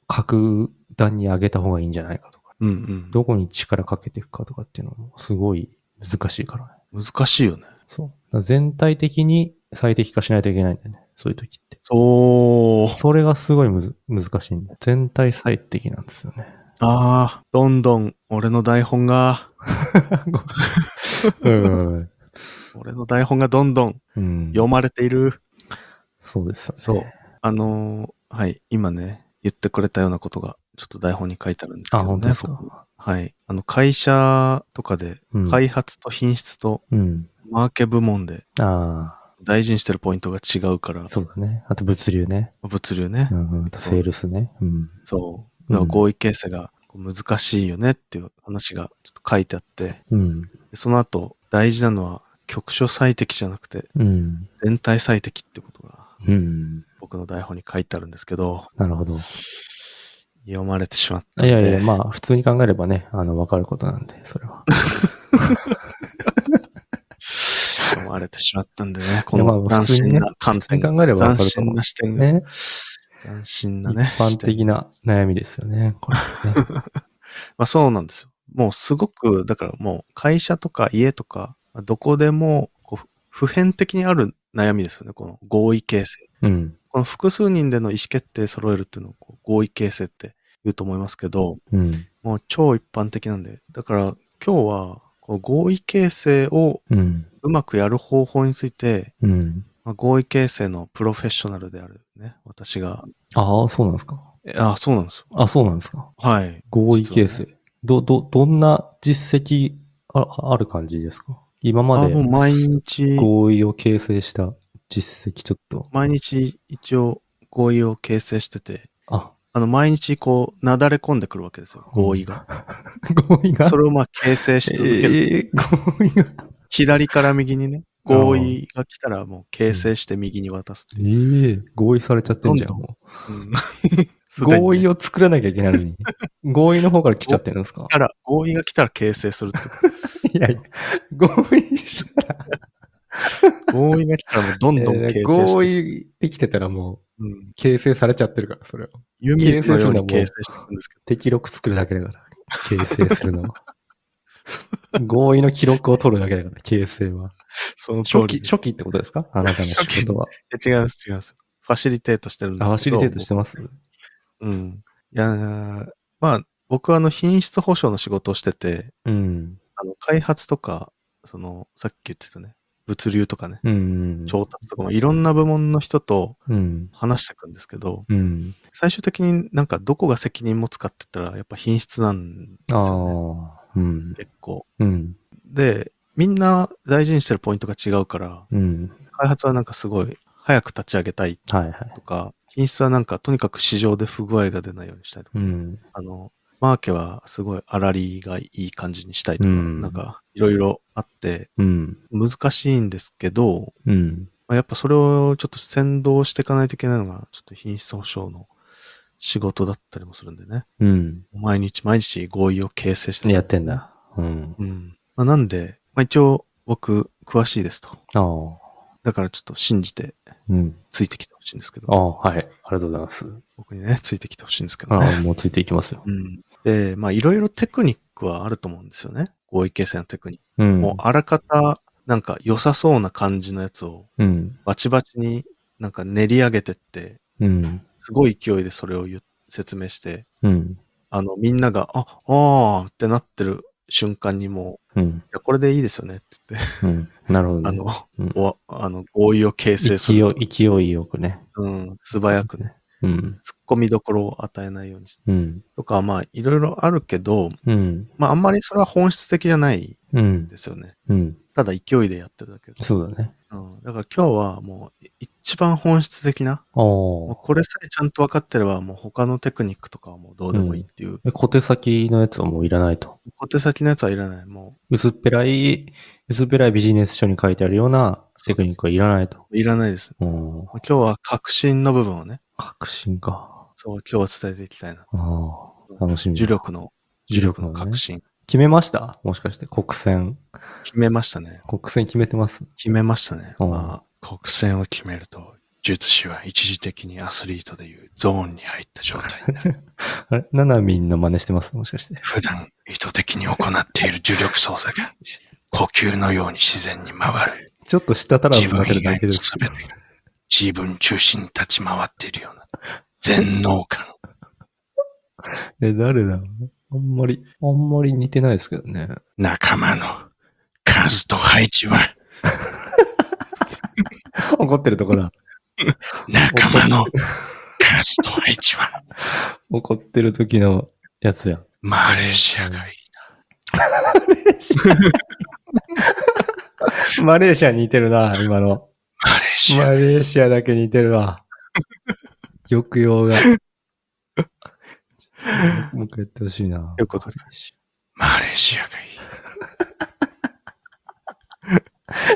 [SPEAKER 2] 格段に上げた方がいいんじゃないかとか、
[SPEAKER 1] うんうん。
[SPEAKER 2] どこに力かけていくかとかっていうのもすごい難しいからね。
[SPEAKER 1] 難しいよね。
[SPEAKER 2] そう。だから全体的に最適化しないといけないんだよね。そういう時って。
[SPEAKER 1] そう。
[SPEAKER 2] それがすごいむず難しいんだよ。全体最適なんですよね。
[SPEAKER 1] ああ、どんどん俺の台本が、
[SPEAKER 2] <laughs> うん。
[SPEAKER 1] 俺の台本がどんどん
[SPEAKER 2] うん。
[SPEAKER 1] 読まれている。
[SPEAKER 2] そうですよね。
[SPEAKER 1] そう。あのーはい、今ね、言ってくれたようなことが、ちょっと台本に書いてあるんですけ
[SPEAKER 2] あ、
[SPEAKER 1] ど
[SPEAKER 2] 本当
[SPEAKER 1] ね
[SPEAKER 2] です。
[SPEAKER 1] 僕
[SPEAKER 2] か。
[SPEAKER 1] はい。あの、会社とかで、
[SPEAKER 2] うん。
[SPEAKER 1] 開発と品質と
[SPEAKER 2] うん。
[SPEAKER 1] マーケ部門で
[SPEAKER 2] あ
[SPEAKER 1] 大事にしてるポイントが違うから
[SPEAKER 2] あ、、そうだね。あと物流ね。
[SPEAKER 1] 物流ね
[SPEAKER 2] う。ん。あとセールスね。うん。
[SPEAKER 1] そう。
[SPEAKER 2] うん
[SPEAKER 1] だから合意形成が難しいよねっていう話がちょっと書いてあって、
[SPEAKER 2] うん。
[SPEAKER 1] でその後、大事なのは局所最適じゃなくて、
[SPEAKER 2] うん。
[SPEAKER 1] 全体最適ってことが
[SPEAKER 2] うん。
[SPEAKER 1] 僕の台本に書いてあるんですけど、
[SPEAKER 2] なるほど。
[SPEAKER 1] 読まれてしまったん
[SPEAKER 2] い
[SPEAKER 1] で。
[SPEAKER 2] やいや、まあ、普通に考えればね、あの、わかることなんで、それは。
[SPEAKER 1] 読まれてしまったんでね、こ
[SPEAKER 2] いや
[SPEAKER 1] の
[SPEAKER 2] ま
[SPEAKER 1] 斬
[SPEAKER 2] あ普通に
[SPEAKER 1] 新
[SPEAKER 2] ね
[SPEAKER 1] な観
[SPEAKER 2] 普通に
[SPEAKER 1] 点が、
[SPEAKER 2] 考えればわ
[SPEAKER 1] 斬
[SPEAKER 2] かると
[SPEAKER 1] 新
[SPEAKER 2] 思
[SPEAKER 1] な視点
[SPEAKER 2] う。
[SPEAKER 1] が、
[SPEAKER 2] ね。
[SPEAKER 1] 斬新
[SPEAKER 2] 一
[SPEAKER 1] なね、
[SPEAKER 2] 般
[SPEAKER 1] 視点。
[SPEAKER 2] 的な悩みですよね、これ、
[SPEAKER 1] <laughs>
[SPEAKER 2] ね。
[SPEAKER 1] まあそうなんですよ。もうすごく、だからもう会社とか家とか、どこでもこう普遍的にある悩みですよね、この合意形成。
[SPEAKER 2] うん。
[SPEAKER 1] この複数人での意思決定揃えるっていうのをこう合意形成って言うと思いますけど、
[SPEAKER 2] うん。
[SPEAKER 1] もう超一般的なんで。だから今日はこう合意形成を
[SPEAKER 2] うん。
[SPEAKER 1] うまくやる方法について、
[SPEAKER 2] うん。
[SPEAKER 1] まあ、合意形成のプロフェッショナルであるね、私が。
[SPEAKER 2] ああ、そうなんですか。
[SPEAKER 1] えあ、そうなんですよ。
[SPEAKER 2] あ、そうなんですか。
[SPEAKER 1] はい。
[SPEAKER 2] 合意形成。ど、ど、どんな実績あある感じですか今ま
[SPEAKER 1] あ、
[SPEAKER 2] で
[SPEAKER 1] もう毎日、
[SPEAKER 2] 合意を形成した実績ちょっと。
[SPEAKER 1] 毎日一応合意を形成してて、
[SPEAKER 2] あ、
[SPEAKER 1] あの、毎日こう、なだれ込んでくるわけですよ、合意が。
[SPEAKER 2] <laughs> 合意が
[SPEAKER 1] それをまあ形成し続ける。
[SPEAKER 2] えー合意が。
[SPEAKER 1] 左から右にね、合意が来たらもう形成して右に渡すって
[SPEAKER 2] ええ
[SPEAKER 1] いう。
[SPEAKER 2] 合意されちゃってんじゃん。
[SPEAKER 1] どん
[SPEAKER 2] もう
[SPEAKER 1] うん <laughs> 既
[SPEAKER 2] 合
[SPEAKER 1] にね
[SPEAKER 2] 意を作らなきゃいけないのに。合意の方から来ちゃってるんですか
[SPEAKER 1] 来たら、合意が来たら形成するって
[SPEAKER 2] <laughs> いやいや、合意したら、
[SPEAKER 1] 合意が来たらもうどんどん
[SPEAKER 2] え
[SPEAKER 1] 形
[SPEAKER 2] ー
[SPEAKER 1] 成し
[SPEAKER 2] 合
[SPEAKER 1] て、
[SPEAKER 2] 意できてたらもう
[SPEAKER 1] うん、
[SPEAKER 2] 形成されちゃってるから、それを。
[SPEAKER 1] 弓のように形成していくんですけど、
[SPEAKER 2] 適録作るだけだから、形成するのは。合意の記録を取るだけだから、形成は。
[SPEAKER 1] その通
[SPEAKER 2] 初期、
[SPEAKER 1] りで
[SPEAKER 2] 初期ってことですかあなたの仕事は。
[SPEAKER 1] え違います、違います。ファシリテートしてるんですけ
[SPEAKER 2] あ、
[SPEAKER 1] ど。
[SPEAKER 2] ファシリテートしてます
[SPEAKER 1] うん。いやー、まあ、僕はあの品質保証の仕事をしてて、
[SPEAKER 2] うん。
[SPEAKER 1] あの開発とか、その、さっき言ってたね、物流とかね、
[SPEAKER 2] うん。
[SPEAKER 1] 調達とかもいろんな部門の人と
[SPEAKER 2] うん。
[SPEAKER 1] 話していくんですけど、
[SPEAKER 2] うん。
[SPEAKER 1] 最終的になんかどこが責任持つかって言ったら、やっぱ品質なんです
[SPEAKER 2] ああ
[SPEAKER 1] よね。
[SPEAKER 2] ー。うん。
[SPEAKER 1] 結構。
[SPEAKER 2] うん。
[SPEAKER 1] で、みんな大事にしてるポイントが違うから、
[SPEAKER 2] うん。
[SPEAKER 1] 開発はなんかすごい早く立ち上げたい
[SPEAKER 2] はいはい。
[SPEAKER 1] とか、品質はなんかとにかく市場で不具合が出ないようにしたいとか、
[SPEAKER 2] うん。
[SPEAKER 1] あの、マーケはすごい粗利がいい感じにしたいとか、
[SPEAKER 2] うん
[SPEAKER 1] なんかいろいろあって
[SPEAKER 2] うん。
[SPEAKER 1] 難しいんですけど、
[SPEAKER 2] うん。
[SPEAKER 1] まあやっぱそれをちょっと先導していかないといけないのが、ちょっと品質保証の仕事だったりもするんでね。
[SPEAKER 2] うん。
[SPEAKER 1] 毎日毎日合意を形成して
[SPEAKER 2] やってん。だ。うん。
[SPEAKER 1] うん。まあ、なんで、まあ、一応僕詳しいですと。
[SPEAKER 2] ああ。
[SPEAKER 1] だからちょっと信じて
[SPEAKER 2] うん。
[SPEAKER 1] ついてきてほしいんですけど
[SPEAKER 2] あ、あ、はい。ありがとうございます。
[SPEAKER 1] 僕にね、ついてきてほしいんですけどね。
[SPEAKER 2] ああ、もうついていきますよ。
[SPEAKER 1] うん。で、まあいろいろテクニックはあると思うんですよね。合意形成のテクニック。
[SPEAKER 2] うん。
[SPEAKER 1] もうあらかた、なんか良さそうな感じのやつを
[SPEAKER 2] うん。
[SPEAKER 1] バチバチになんか練り上げてって、
[SPEAKER 2] うん。
[SPEAKER 1] すごい勢いでそれを言う説明して、
[SPEAKER 2] うん。
[SPEAKER 1] あの、みんなが、あ、あーってなってる瞬間にもう、
[SPEAKER 2] うん。
[SPEAKER 1] いやこれでいいですよねって言って、
[SPEAKER 2] うん。なるほど
[SPEAKER 1] あ
[SPEAKER 2] ね
[SPEAKER 1] の。、
[SPEAKER 2] うん
[SPEAKER 1] おあの合意を形成す
[SPEAKER 2] 勢
[SPEAKER 1] る。
[SPEAKER 2] い、勢いよくね。
[SPEAKER 1] うん、素早くね、
[SPEAKER 2] うん。
[SPEAKER 1] 突っ込みどころを与えないようにして。
[SPEAKER 2] うん。
[SPEAKER 1] とか、まあ、いろいろあるけど、
[SPEAKER 2] うん。
[SPEAKER 1] まあ、あんまりそれは本質的じゃない
[SPEAKER 2] うん
[SPEAKER 1] んで。すよね。
[SPEAKER 2] うん。
[SPEAKER 1] ただ勢いでやってるだけで。
[SPEAKER 2] そうだね。
[SPEAKER 1] うん、だから今日はもう、一番本質的な、
[SPEAKER 2] あ
[SPEAKER 1] もう
[SPEAKER 2] あ。
[SPEAKER 1] これさえちゃんと分かってれば、もう他のテクニックとかはもうどうでもいいっていう、
[SPEAKER 2] え小手先のやつはもういらないと。
[SPEAKER 1] 小手先のやつはいらない。も
[SPEAKER 2] 薄っぺらい、薄っぺらいビジネス書に書いてあるようなテクニックはいらないと。
[SPEAKER 1] ういらないです。
[SPEAKER 2] うん。
[SPEAKER 1] もう今日は革新の部分をね、
[SPEAKER 2] 革新か。
[SPEAKER 1] そう、今日は伝えていきたいな。
[SPEAKER 2] ああ。楽しみ。
[SPEAKER 1] 呪力の、
[SPEAKER 2] 呪力の
[SPEAKER 1] の
[SPEAKER 2] ね
[SPEAKER 1] 革新。
[SPEAKER 2] 決めましたもしかして、国選。
[SPEAKER 1] 決めましたね。
[SPEAKER 2] 国選決めてます
[SPEAKER 1] 決めましたね。
[SPEAKER 2] うん
[SPEAKER 1] まあ、国選を決めると、術師は一時的にアスリートでいうゾーンに入った
[SPEAKER 2] <laughs>
[SPEAKER 1] 状態になる。
[SPEAKER 2] あれナナミンの真似してますもしかして。
[SPEAKER 1] 普段意図的に行っている重力操
[SPEAKER 2] <laughs>
[SPEAKER 1] 作が、呼吸のように自然に回る。
[SPEAKER 2] ちょっとしたたらず
[SPEAKER 1] 自
[SPEAKER 2] になっ
[SPEAKER 1] 分
[SPEAKER 2] て
[SPEAKER 1] 以
[SPEAKER 2] るだ
[SPEAKER 1] 外
[SPEAKER 2] け
[SPEAKER 1] の
[SPEAKER 2] です
[SPEAKER 1] すべてが自分中心に立ち回っているような全能感。
[SPEAKER 2] え、誰だろうあんまり、あんまり似てないですけどね。 <laughs>
[SPEAKER 1] 仲間の数と配置は
[SPEAKER 2] 怒ってるとこだ。
[SPEAKER 1] 仲間
[SPEAKER 2] <laughs>
[SPEAKER 1] の数と配置は
[SPEAKER 2] 怒ってる時のやつやん。
[SPEAKER 1] マレーシアがいい。
[SPEAKER 2] <laughs> マレーシアに似てるな、今の。
[SPEAKER 1] マレーシア
[SPEAKER 2] マレーシアだけ似てるわ。抑揚が。もう一回やってほしいな。
[SPEAKER 1] ということでマレーシアがい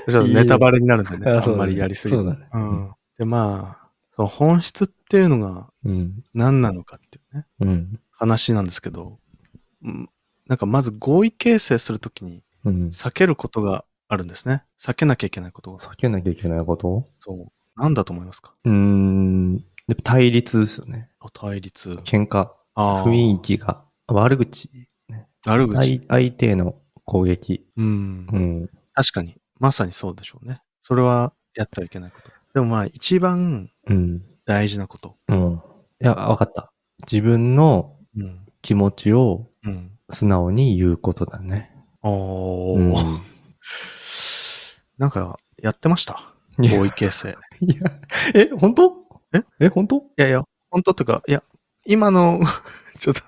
[SPEAKER 1] <laughs> い。ちょっとネタバレになるんでね、あんまりやりすぎ
[SPEAKER 2] そ
[SPEAKER 1] る。
[SPEAKER 2] うだね。
[SPEAKER 1] うんで、まあ、その本質っていうのが
[SPEAKER 2] うん。
[SPEAKER 1] 何なのかっていうね、
[SPEAKER 2] うん。
[SPEAKER 1] 話なんですけど、うんなんかまず合意形成するときに
[SPEAKER 2] うん。
[SPEAKER 1] 避けることがあるんですね。避けなきゃいけないことが。
[SPEAKER 2] 避けなきゃいけないこと
[SPEAKER 1] そう。なんだと思いますか
[SPEAKER 2] うーん。やっぱ対立ですよね。
[SPEAKER 1] お対立。
[SPEAKER 2] 喧嘩。
[SPEAKER 1] ああ。
[SPEAKER 2] 雰囲気が。悪口。
[SPEAKER 1] 悪
[SPEAKER 2] 相
[SPEAKER 1] 口。
[SPEAKER 2] 相手への攻撃。
[SPEAKER 1] うん
[SPEAKER 2] う。ん。
[SPEAKER 1] 確かに。まさにそうでしょうね。それはやってはいけないこと。でもまあ、一番
[SPEAKER 2] うん。
[SPEAKER 1] 大事なこと。
[SPEAKER 2] うん。いや、わかった。自分の
[SPEAKER 1] うん。
[SPEAKER 2] 気持ちを
[SPEAKER 1] うん。
[SPEAKER 2] 素直に言うことだね。
[SPEAKER 1] お
[SPEAKER 2] うん
[SPEAKER 1] ー。なんか、やってました
[SPEAKER 2] いや
[SPEAKER 1] 合意形成。い
[SPEAKER 2] いや、え、本当
[SPEAKER 1] え
[SPEAKER 2] え、本当
[SPEAKER 1] やいや、本当というか、いや、今の、 <laughs> ちょっと、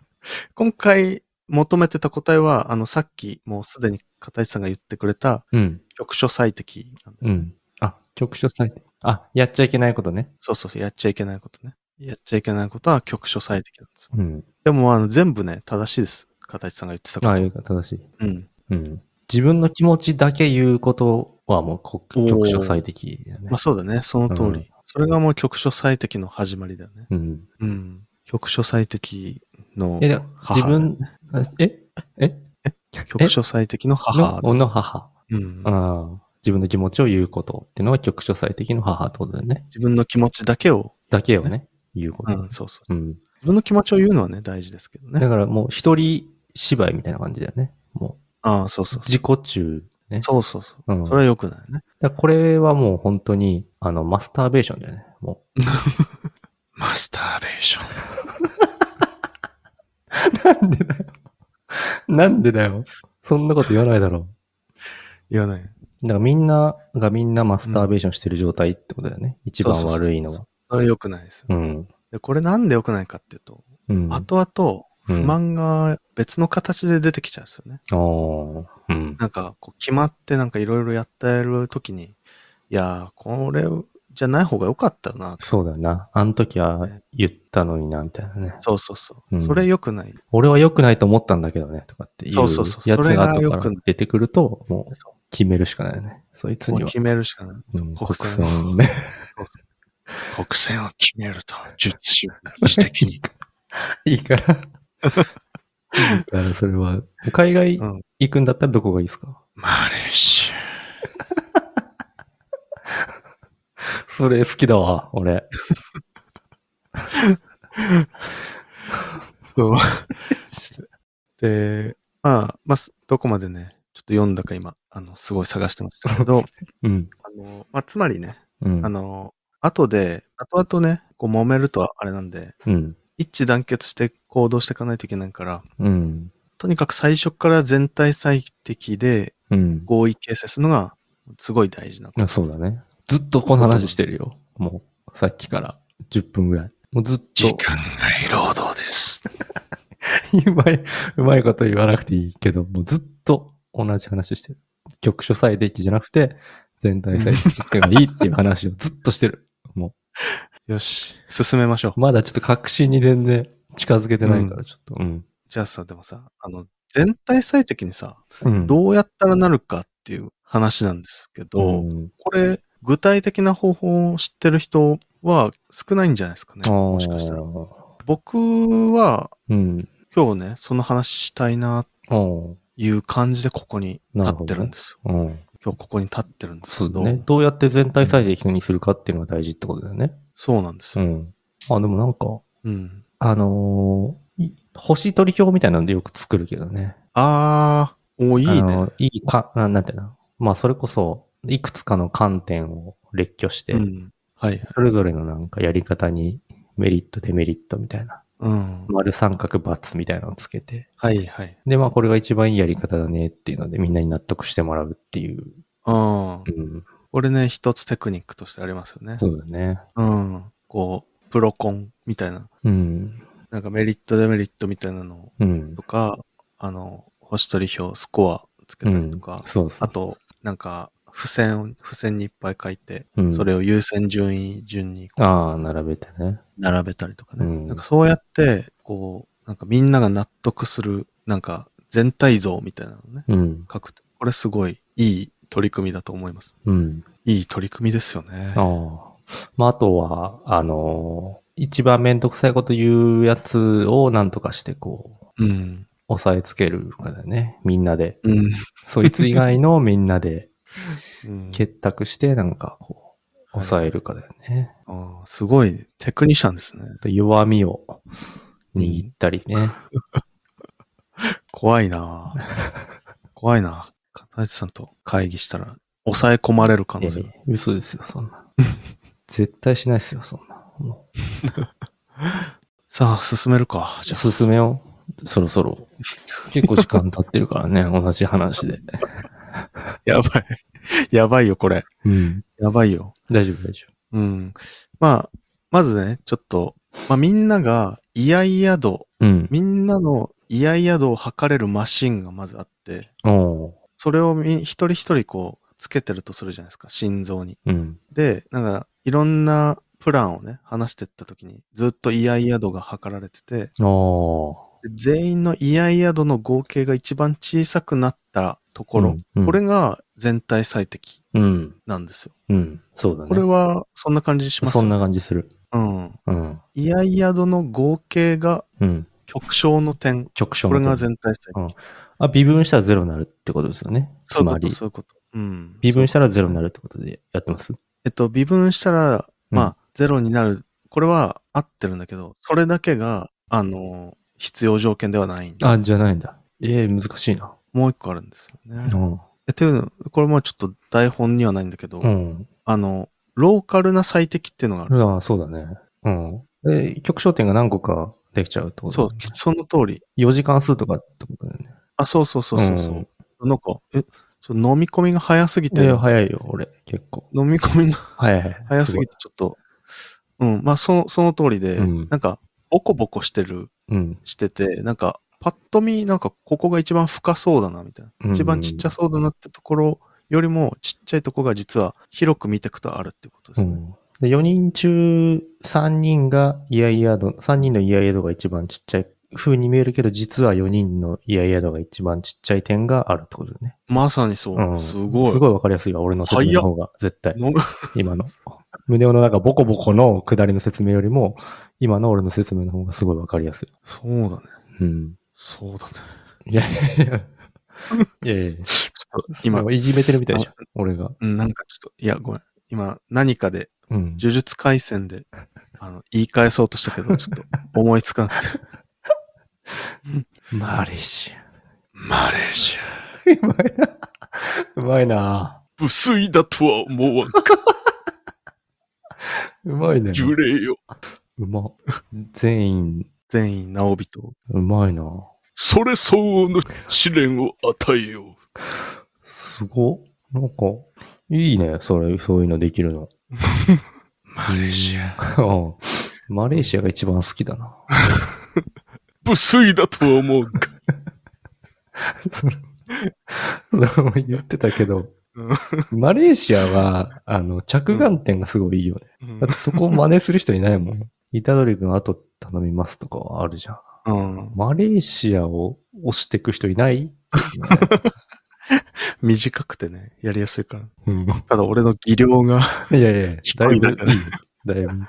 [SPEAKER 1] 今回求めてた答えは、あの、さっき、もうすでに片石さんが言ってくれた、
[SPEAKER 2] うん。
[SPEAKER 1] 局所最適なんです、
[SPEAKER 2] うん。あ、局所最適。あ、やっちゃいけないことね。
[SPEAKER 1] そうそうそう、やっちゃいけないことね。やっちゃいけないことは局所最適なんですよ。
[SPEAKER 2] うん。
[SPEAKER 1] でも、あの、全部ね、正しいです。片石さんが言ってたこ
[SPEAKER 2] あ
[SPEAKER 1] と。
[SPEAKER 2] あ、いうか正しい。
[SPEAKER 1] うん。
[SPEAKER 2] うん。自分の気持ちだけ言うことはもうこ
[SPEAKER 1] おー
[SPEAKER 2] 局所最適だよね
[SPEAKER 1] まあ。そうだね、その通り。
[SPEAKER 2] うん
[SPEAKER 1] それがもう局所最適の始まりだよね。
[SPEAKER 2] うん。
[SPEAKER 1] うん。局所最適の
[SPEAKER 2] え、でも
[SPEAKER 1] 母
[SPEAKER 2] 自
[SPEAKER 1] だね
[SPEAKER 2] 分、ええ
[SPEAKER 1] 局所最適の母だ。
[SPEAKER 2] のの母。
[SPEAKER 1] うん
[SPEAKER 2] う。ん。自分の気持ちを言うことっていうのは局所最適の母ってことだよね。
[SPEAKER 1] 自分の気持ちだけを、
[SPEAKER 2] だけをね、言うこ
[SPEAKER 1] う
[SPEAKER 2] と。
[SPEAKER 1] ん、そうそう。
[SPEAKER 2] うん。
[SPEAKER 1] 自分の気持ちを言うのはね、大事ですけど
[SPEAKER 2] だ
[SPEAKER 1] ね。
[SPEAKER 2] からもう一人芝居みたいな感じだよね。も
[SPEAKER 1] ああ、そうそううそ
[SPEAKER 2] 自己中ね。
[SPEAKER 1] う。そうそうそう。
[SPEAKER 2] うん
[SPEAKER 1] それは良くないね。
[SPEAKER 2] だからこれはもう本当にあの、マスターベーションだよね。も
[SPEAKER 1] マスターベーション。
[SPEAKER 2] う。なんでだよ。 <laughs> なんでだよ。そんなこと言わないだろ
[SPEAKER 1] いやね、
[SPEAKER 2] う。だからみんながみんなマスターベーションしてる状態ってことだよね。一番
[SPEAKER 1] そうそうそう
[SPEAKER 2] 悪いのは。
[SPEAKER 1] それ良くないですよ。
[SPEAKER 2] うん。
[SPEAKER 1] でこれなんで良くないかっていうと、
[SPEAKER 2] うん。
[SPEAKER 1] 後々
[SPEAKER 2] うん
[SPEAKER 1] 不満が別の形で出てきちゃうんですよね。
[SPEAKER 2] あーうん。
[SPEAKER 1] なんか、こう決まってなんかいろいろやってる時に、いやー、これじゃない方が良かったよな。
[SPEAKER 2] そうだよな。あの時は言ったのにな、みたいなね。
[SPEAKER 1] そうそうそうう。
[SPEAKER 2] ん
[SPEAKER 1] それ良くない。
[SPEAKER 2] 俺は良くないと思ったんだけどね、とかっていう
[SPEAKER 1] そうそうそう
[SPEAKER 2] やつが
[SPEAKER 1] それ
[SPEAKER 2] 後
[SPEAKER 1] が
[SPEAKER 2] か
[SPEAKER 1] 良
[SPEAKER 2] ら
[SPEAKER 1] くない
[SPEAKER 2] 出てくると、もう
[SPEAKER 1] そ
[SPEAKER 2] 決めるしかないよね。そいつ
[SPEAKER 1] う。もう
[SPEAKER 2] には。
[SPEAKER 1] 決めるしかない。
[SPEAKER 2] う、
[SPEAKER 1] そうん国
[SPEAKER 2] 国
[SPEAKER 1] 選
[SPEAKER 2] 産をね。
[SPEAKER 1] 国選を決めると、術師、知的に。
[SPEAKER 2] いいから。いいから、それは。海外
[SPEAKER 1] うん
[SPEAKER 2] 行くんだったらどこがいいですか
[SPEAKER 1] マレーシア。
[SPEAKER 2] それ好きだわ、俺。
[SPEAKER 1] そう。で、まあ、まあ、すどこまでね、ちょっと読んだか今、あの、すごい探してましたけ
[SPEAKER 2] <laughs>
[SPEAKER 1] ど、
[SPEAKER 2] うん。
[SPEAKER 1] あの、まあ、つまりね、
[SPEAKER 2] うん
[SPEAKER 1] あ。の、後で、後々ね、こう揉めるとあれなんで、
[SPEAKER 2] うん。
[SPEAKER 1] 一致団結して行動していかないといけないから、
[SPEAKER 2] うん。
[SPEAKER 1] とにかく最初から全体最適で
[SPEAKER 2] うん。
[SPEAKER 1] 合意形成するのが、すごい大事なこと。
[SPEAKER 2] あそうだね。ずっとこの話してるよ。もう、さっきから10分ぐらい。もうずっと。
[SPEAKER 1] 外労働です。
[SPEAKER 2] <laughs> うまい、うまいこと言わなくていいけど、もうずっと同じ話してる。局所最適じゃなくて、全体最適がいいっていう話をずっとしてる。も
[SPEAKER 1] よし、進めましょう
[SPEAKER 2] う、。まだちょっと確信に全然近づけてないから、ちょっと、うん。
[SPEAKER 1] じゃあさ、でもさ、あの、全体最適にさ、
[SPEAKER 2] うん。
[SPEAKER 1] どうやったらなるかっていう話なんですけど、
[SPEAKER 2] ん
[SPEAKER 1] これ、具体的な方法を知ってる人は少ないんじゃないですかね。もしかしたら
[SPEAKER 2] あ。ー
[SPEAKER 1] 僕は、
[SPEAKER 2] うん。
[SPEAKER 1] 今日ね、その話したいな
[SPEAKER 2] あー
[SPEAKER 1] いう感じでここに立ってるんですよ。
[SPEAKER 2] うん。
[SPEAKER 1] 今日ここに立ってるんです
[SPEAKER 2] そ
[SPEAKER 1] け
[SPEAKER 2] う
[SPEAKER 1] ど、
[SPEAKER 2] だね。どうやって全体最適にするかっていうのが大事ってことだよね。
[SPEAKER 1] そうなんです
[SPEAKER 2] う
[SPEAKER 1] よ。
[SPEAKER 2] ん。あ、でもなんか、
[SPEAKER 1] うん。
[SPEAKER 2] あのーい星取り表みたいなのでよく作るけどね。
[SPEAKER 1] あー、おいい
[SPEAKER 2] あ
[SPEAKER 1] ね。
[SPEAKER 2] のいいか、ななんていうのまあ、それこそ、いくつかの観点を列挙して、
[SPEAKER 1] うん。はい。
[SPEAKER 2] それぞれのなんかやり方にメリット、デメリットみたいな、
[SPEAKER 1] うん。
[SPEAKER 2] 丸三角×みたいなのをつけて、
[SPEAKER 1] はいはい。
[SPEAKER 2] で、まあ、これが一番いいやり方だねっていうので、みんなに納得してもらうっていう。
[SPEAKER 1] うん
[SPEAKER 2] う。ん。
[SPEAKER 1] これね、一つテクニックとしてありますよね。
[SPEAKER 2] そうだね。
[SPEAKER 1] うん。こう、プロコンみたいな、
[SPEAKER 2] うん。
[SPEAKER 1] なんかメリット、デメリットみたいなの
[SPEAKER 2] うん
[SPEAKER 1] と。か、あの、星取り表、スコアつけたりとか、
[SPEAKER 2] うん、そうそう。
[SPEAKER 1] あ、と、なんか、付箋を、付箋にいっぱい書いて、
[SPEAKER 2] うん、
[SPEAKER 1] それを優先順位順にこう
[SPEAKER 2] ああ、並べてね。
[SPEAKER 1] 並べたりとかね。
[SPEAKER 2] うん
[SPEAKER 1] なんかそうやって、こう、なんかみんなが納得する、なんか全体像みたいなのね、
[SPEAKER 2] うん。
[SPEAKER 1] 書くと。これすごいいい取り組みだと思います。
[SPEAKER 2] うん。
[SPEAKER 1] いい取り組みですよね。
[SPEAKER 2] ああ。まあ、あとは、あのー一番めんどくさいこと言うやつをなんとかして、こう、
[SPEAKER 1] うん。
[SPEAKER 2] 押さえつけるかだよね。みんなで。
[SPEAKER 1] うん。
[SPEAKER 2] そいつ以外の <laughs> みんなで
[SPEAKER 1] うん
[SPEAKER 2] 結託して、なんかこう、抑えるかだよね。
[SPEAKER 1] ああ、すごい、テクニシャンですね。
[SPEAKER 2] と弱みを握ったりね。
[SPEAKER 1] 怖いな
[SPEAKER 2] <laughs>
[SPEAKER 1] あ怖いな片市さんと会議したら、抑え込まれる可能性が
[SPEAKER 2] ええ嘘ですよ、そんな。 <laughs> 絶対しないですよ、そんな。も
[SPEAKER 1] さあ、進めるか。
[SPEAKER 2] う
[SPEAKER 1] じゃ
[SPEAKER 2] 進めよう。そろそろ。結構時間経ってるからね、同じ話で。
[SPEAKER 1] あ、
[SPEAKER 2] <laughs>
[SPEAKER 1] やばい。やばいよ、これ。
[SPEAKER 2] うん。
[SPEAKER 1] やばいよ。
[SPEAKER 2] 大丈夫、大丈
[SPEAKER 1] うん。まあ、まずね、ちょっと、まあ、みんなが、いやいや度、
[SPEAKER 2] 夫。うん。
[SPEAKER 1] みんなのいやいや度を測れるマシンがまずあって、
[SPEAKER 2] おう
[SPEAKER 1] それをみ一人一人こう、つけてるとするじゃないですか、心臓に。
[SPEAKER 2] うん。
[SPEAKER 1] で、なんか、いろんなプランをね、話してった時に、ずっとイヤイヤ度が測られてて、
[SPEAKER 2] お
[SPEAKER 1] で全員のイヤイヤ度の合計が一番小さくなったところ、
[SPEAKER 2] うんうん
[SPEAKER 1] これが全体最適
[SPEAKER 2] ーうん。
[SPEAKER 1] なんですよ。
[SPEAKER 2] うん。そうだね。
[SPEAKER 1] これは、そんな感じします
[SPEAKER 2] そんな感じする。
[SPEAKER 1] うん。
[SPEAKER 2] うん。
[SPEAKER 1] イヤイヤ度の合計が
[SPEAKER 2] うん。
[SPEAKER 1] 極小の点。
[SPEAKER 2] 局所
[SPEAKER 1] こ
[SPEAKER 2] の
[SPEAKER 1] れ
[SPEAKER 2] 点
[SPEAKER 1] が全体最適。
[SPEAKER 2] あ、微分したらゼロになるってことですよね。
[SPEAKER 1] そう
[SPEAKER 2] つ
[SPEAKER 1] いう
[SPEAKER 2] ま
[SPEAKER 1] こと、
[SPEAKER 2] り、
[SPEAKER 1] そういうこと。うん。
[SPEAKER 2] 微分したらゼロにな
[SPEAKER 1] る。
[SPEAKER 2] るってことでやってます
[SPEAKER 1] えっと、微分したら、まあ、ゼロになる。これは合ってるんだけど、それだけが、あの、必要条件ではないんだ。
[SPEAKER 2] あ、じゃないんだ。ええ難しいな。
[SPEAKER 1] もう一個あるんですよ
[SPEAKER 2] う
[SPEAKER 1] ね。
[SPEAKER 2] ん。
[SPEAKER 1] えというの、これもちょっと台本にはないんだけど、
[SPEAKER 2] うん。
[SPEAKER 1] あの、ローカルな最適っていうのがある。
[SPEAKER 2] ああ、そうだね。うん。え、局焦点が何個かできちゃうってこと
[SPEAKER 1] そう
[SPEAKER 2] だね、、
[SPEAKER 1] その通り。
[SPEAKER 2] 4時間数とかってことだよね。
[SPEAKER 1] あ、そうそうそうそうそう。
[SPEAKER 2] ん
[SPEAKER 1] なんか、え、その飲み込みが早すぎ
[SPEAKER 2] い
[SPEAKER 1] て、
[SPEAKER 2] や、早いよ、俺、結構。
[SPEAKER 1] 飲み込みが
[SPEAKER 2] 早い早い。
[SPEAKER 1] 早すぎてちょっと、うん、まあその、その通りで、
[SPEAKER 2] うん
[SPEAKER 1] なんか、ボコボコしてる、
[SPEAKER 2] ごい。うん。
[SPEAKER 1] してて、なんか、パッと見、なんか、ここが一番深そうだな、みたいな。
[SPEAKER 2] うん
[SPEAKER 1] 一番ちっちゃそうだなってところよりも、ちっちゃいとこが実は広く見てくとあるってことで
[SPEAKER 2] う
[SPEAKER 1] すね。
[SPEAKER 2] ん、で4人中3人がイヤイヤ度、3人のイヤイヤ度が一番ちっちゃい風に見えるけど、実は4人のイヤイヤ度が一番ちっちゃい点があるってことだね。
[SPEAKER 1] まさにそう。
[SPEAKER 2] うん。
[SPEAKER 1] すごい。
[SPEAKER 2] すごいわかりやすいわ、俺の説明の方が、絶対。
[SPEAKER 1] 飲む
[SPEAKER 2] 今の。胸の中ボコボコの下りの説明よりも、今の俺の説明の方がすごいわかりやすい。
[SPEAKER 1] そうだね。
[SPEAKER 2] うん。
[SPEAKER 1] そうだね。
[SPEAKER 2] いやいやいや。いやいやいや
[SPEAKER 1] ちょっと、今、
[SPEAKER 2] いじめてるみたいでしょ、俺が。
[SPEAKER 1] うんなんかちょっと、いや、ごめん。今、何かで、
[SPEAKER 2] うん。
[SPEAKER 1] 呪術廻戦で、あの、言い返そうとしたけど、ちょっと思いつかなくて。
[SPEAKER 2] <laughs> マレーシア。
[SPEAKER 1] マレーシア、
[SPEAKER 2] うまいな。 <laughs> うまいな。
[SPEAKER 1] 不粋だとは思わん。
[SPEAKER 2] うまいね。
[SPEAKER 1] 礼よ。
[SPEAKER 2] うま。全員、
[SPEAKER 1] 全員、直人。
[SPEAKER 2] うまいな。
[SPEAKER 1] それ相応の試練を与えよう。
[SPEAKER 2] すごっ。なんか、いいね、それ、そういうのできるの。 <laughs>
[SPEAKER 1] マレーシア、
[SPEAKER 2] うんマレーシアが一番好きだな。 <laughs>
[SPEAKER 1] 不粋だとは思わんか。
[SPEAKER 2] それも言ってたけど、マレーシアは、あの、着眼点がすごいいいよね。
[SPEAKER 1] うん
[SPEAKER 2] だってそこを真似する人いないもん。イタドリ君後頼みますとかはあるじゃん。
[SPEAKER 1] うん。
[SPEAKER 2] マレーシアを押してく人いない、
[SPEAKER 1] 短くてね、やりやすいから。
[SPEAKER 2] <laughs> うん
[SPEAKER 1] ただ、俺の技量が、
[SPEAKER 2] いやいや、だ
[SPEAKER 1] 低
[SPEAKER 2] い
[SPEAKER 1] い
[SPEAKER 2] ぶ、
[SPEAKER 1] だから
[SPEAKER 2] だいぶ。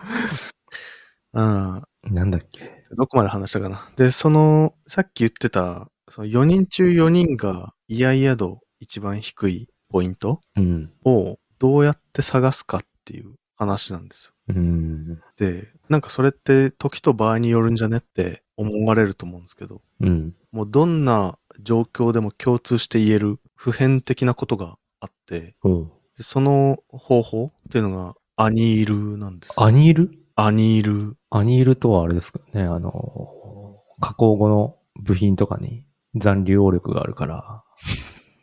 [SPEAKER 1] うん。
[SPEAKER 2] なんだっけ。
[SPEAKER 1] どこまで話したかな。で、その、さっき言ってた、その4人中4人が、いやいや度一番低いポイント
[SPEAKER 2] うん。
[SPEAKER 1] をどうやって探すかっていう話なんです
[SPEAKER 2] うん。
[SPEAKER 1] よ。で、なんかそれって時と場合によるんじゃねって思われると思うんですけど、
[SPEAKER 2] うん。
[SPEAKER 1] もうどんな状況でも共通して言える普遍的なことがあって、
[SPEAKER 2] うん。
[SPEAKER 1] でその方法っていうのがアニールなんです。
[SPEAKER 2] アニール
[SPEAKER 1] アニール。。
[SPEAKER 2] アニールとはあれですかね、あの、加工後の部品とかに残留応力があるから、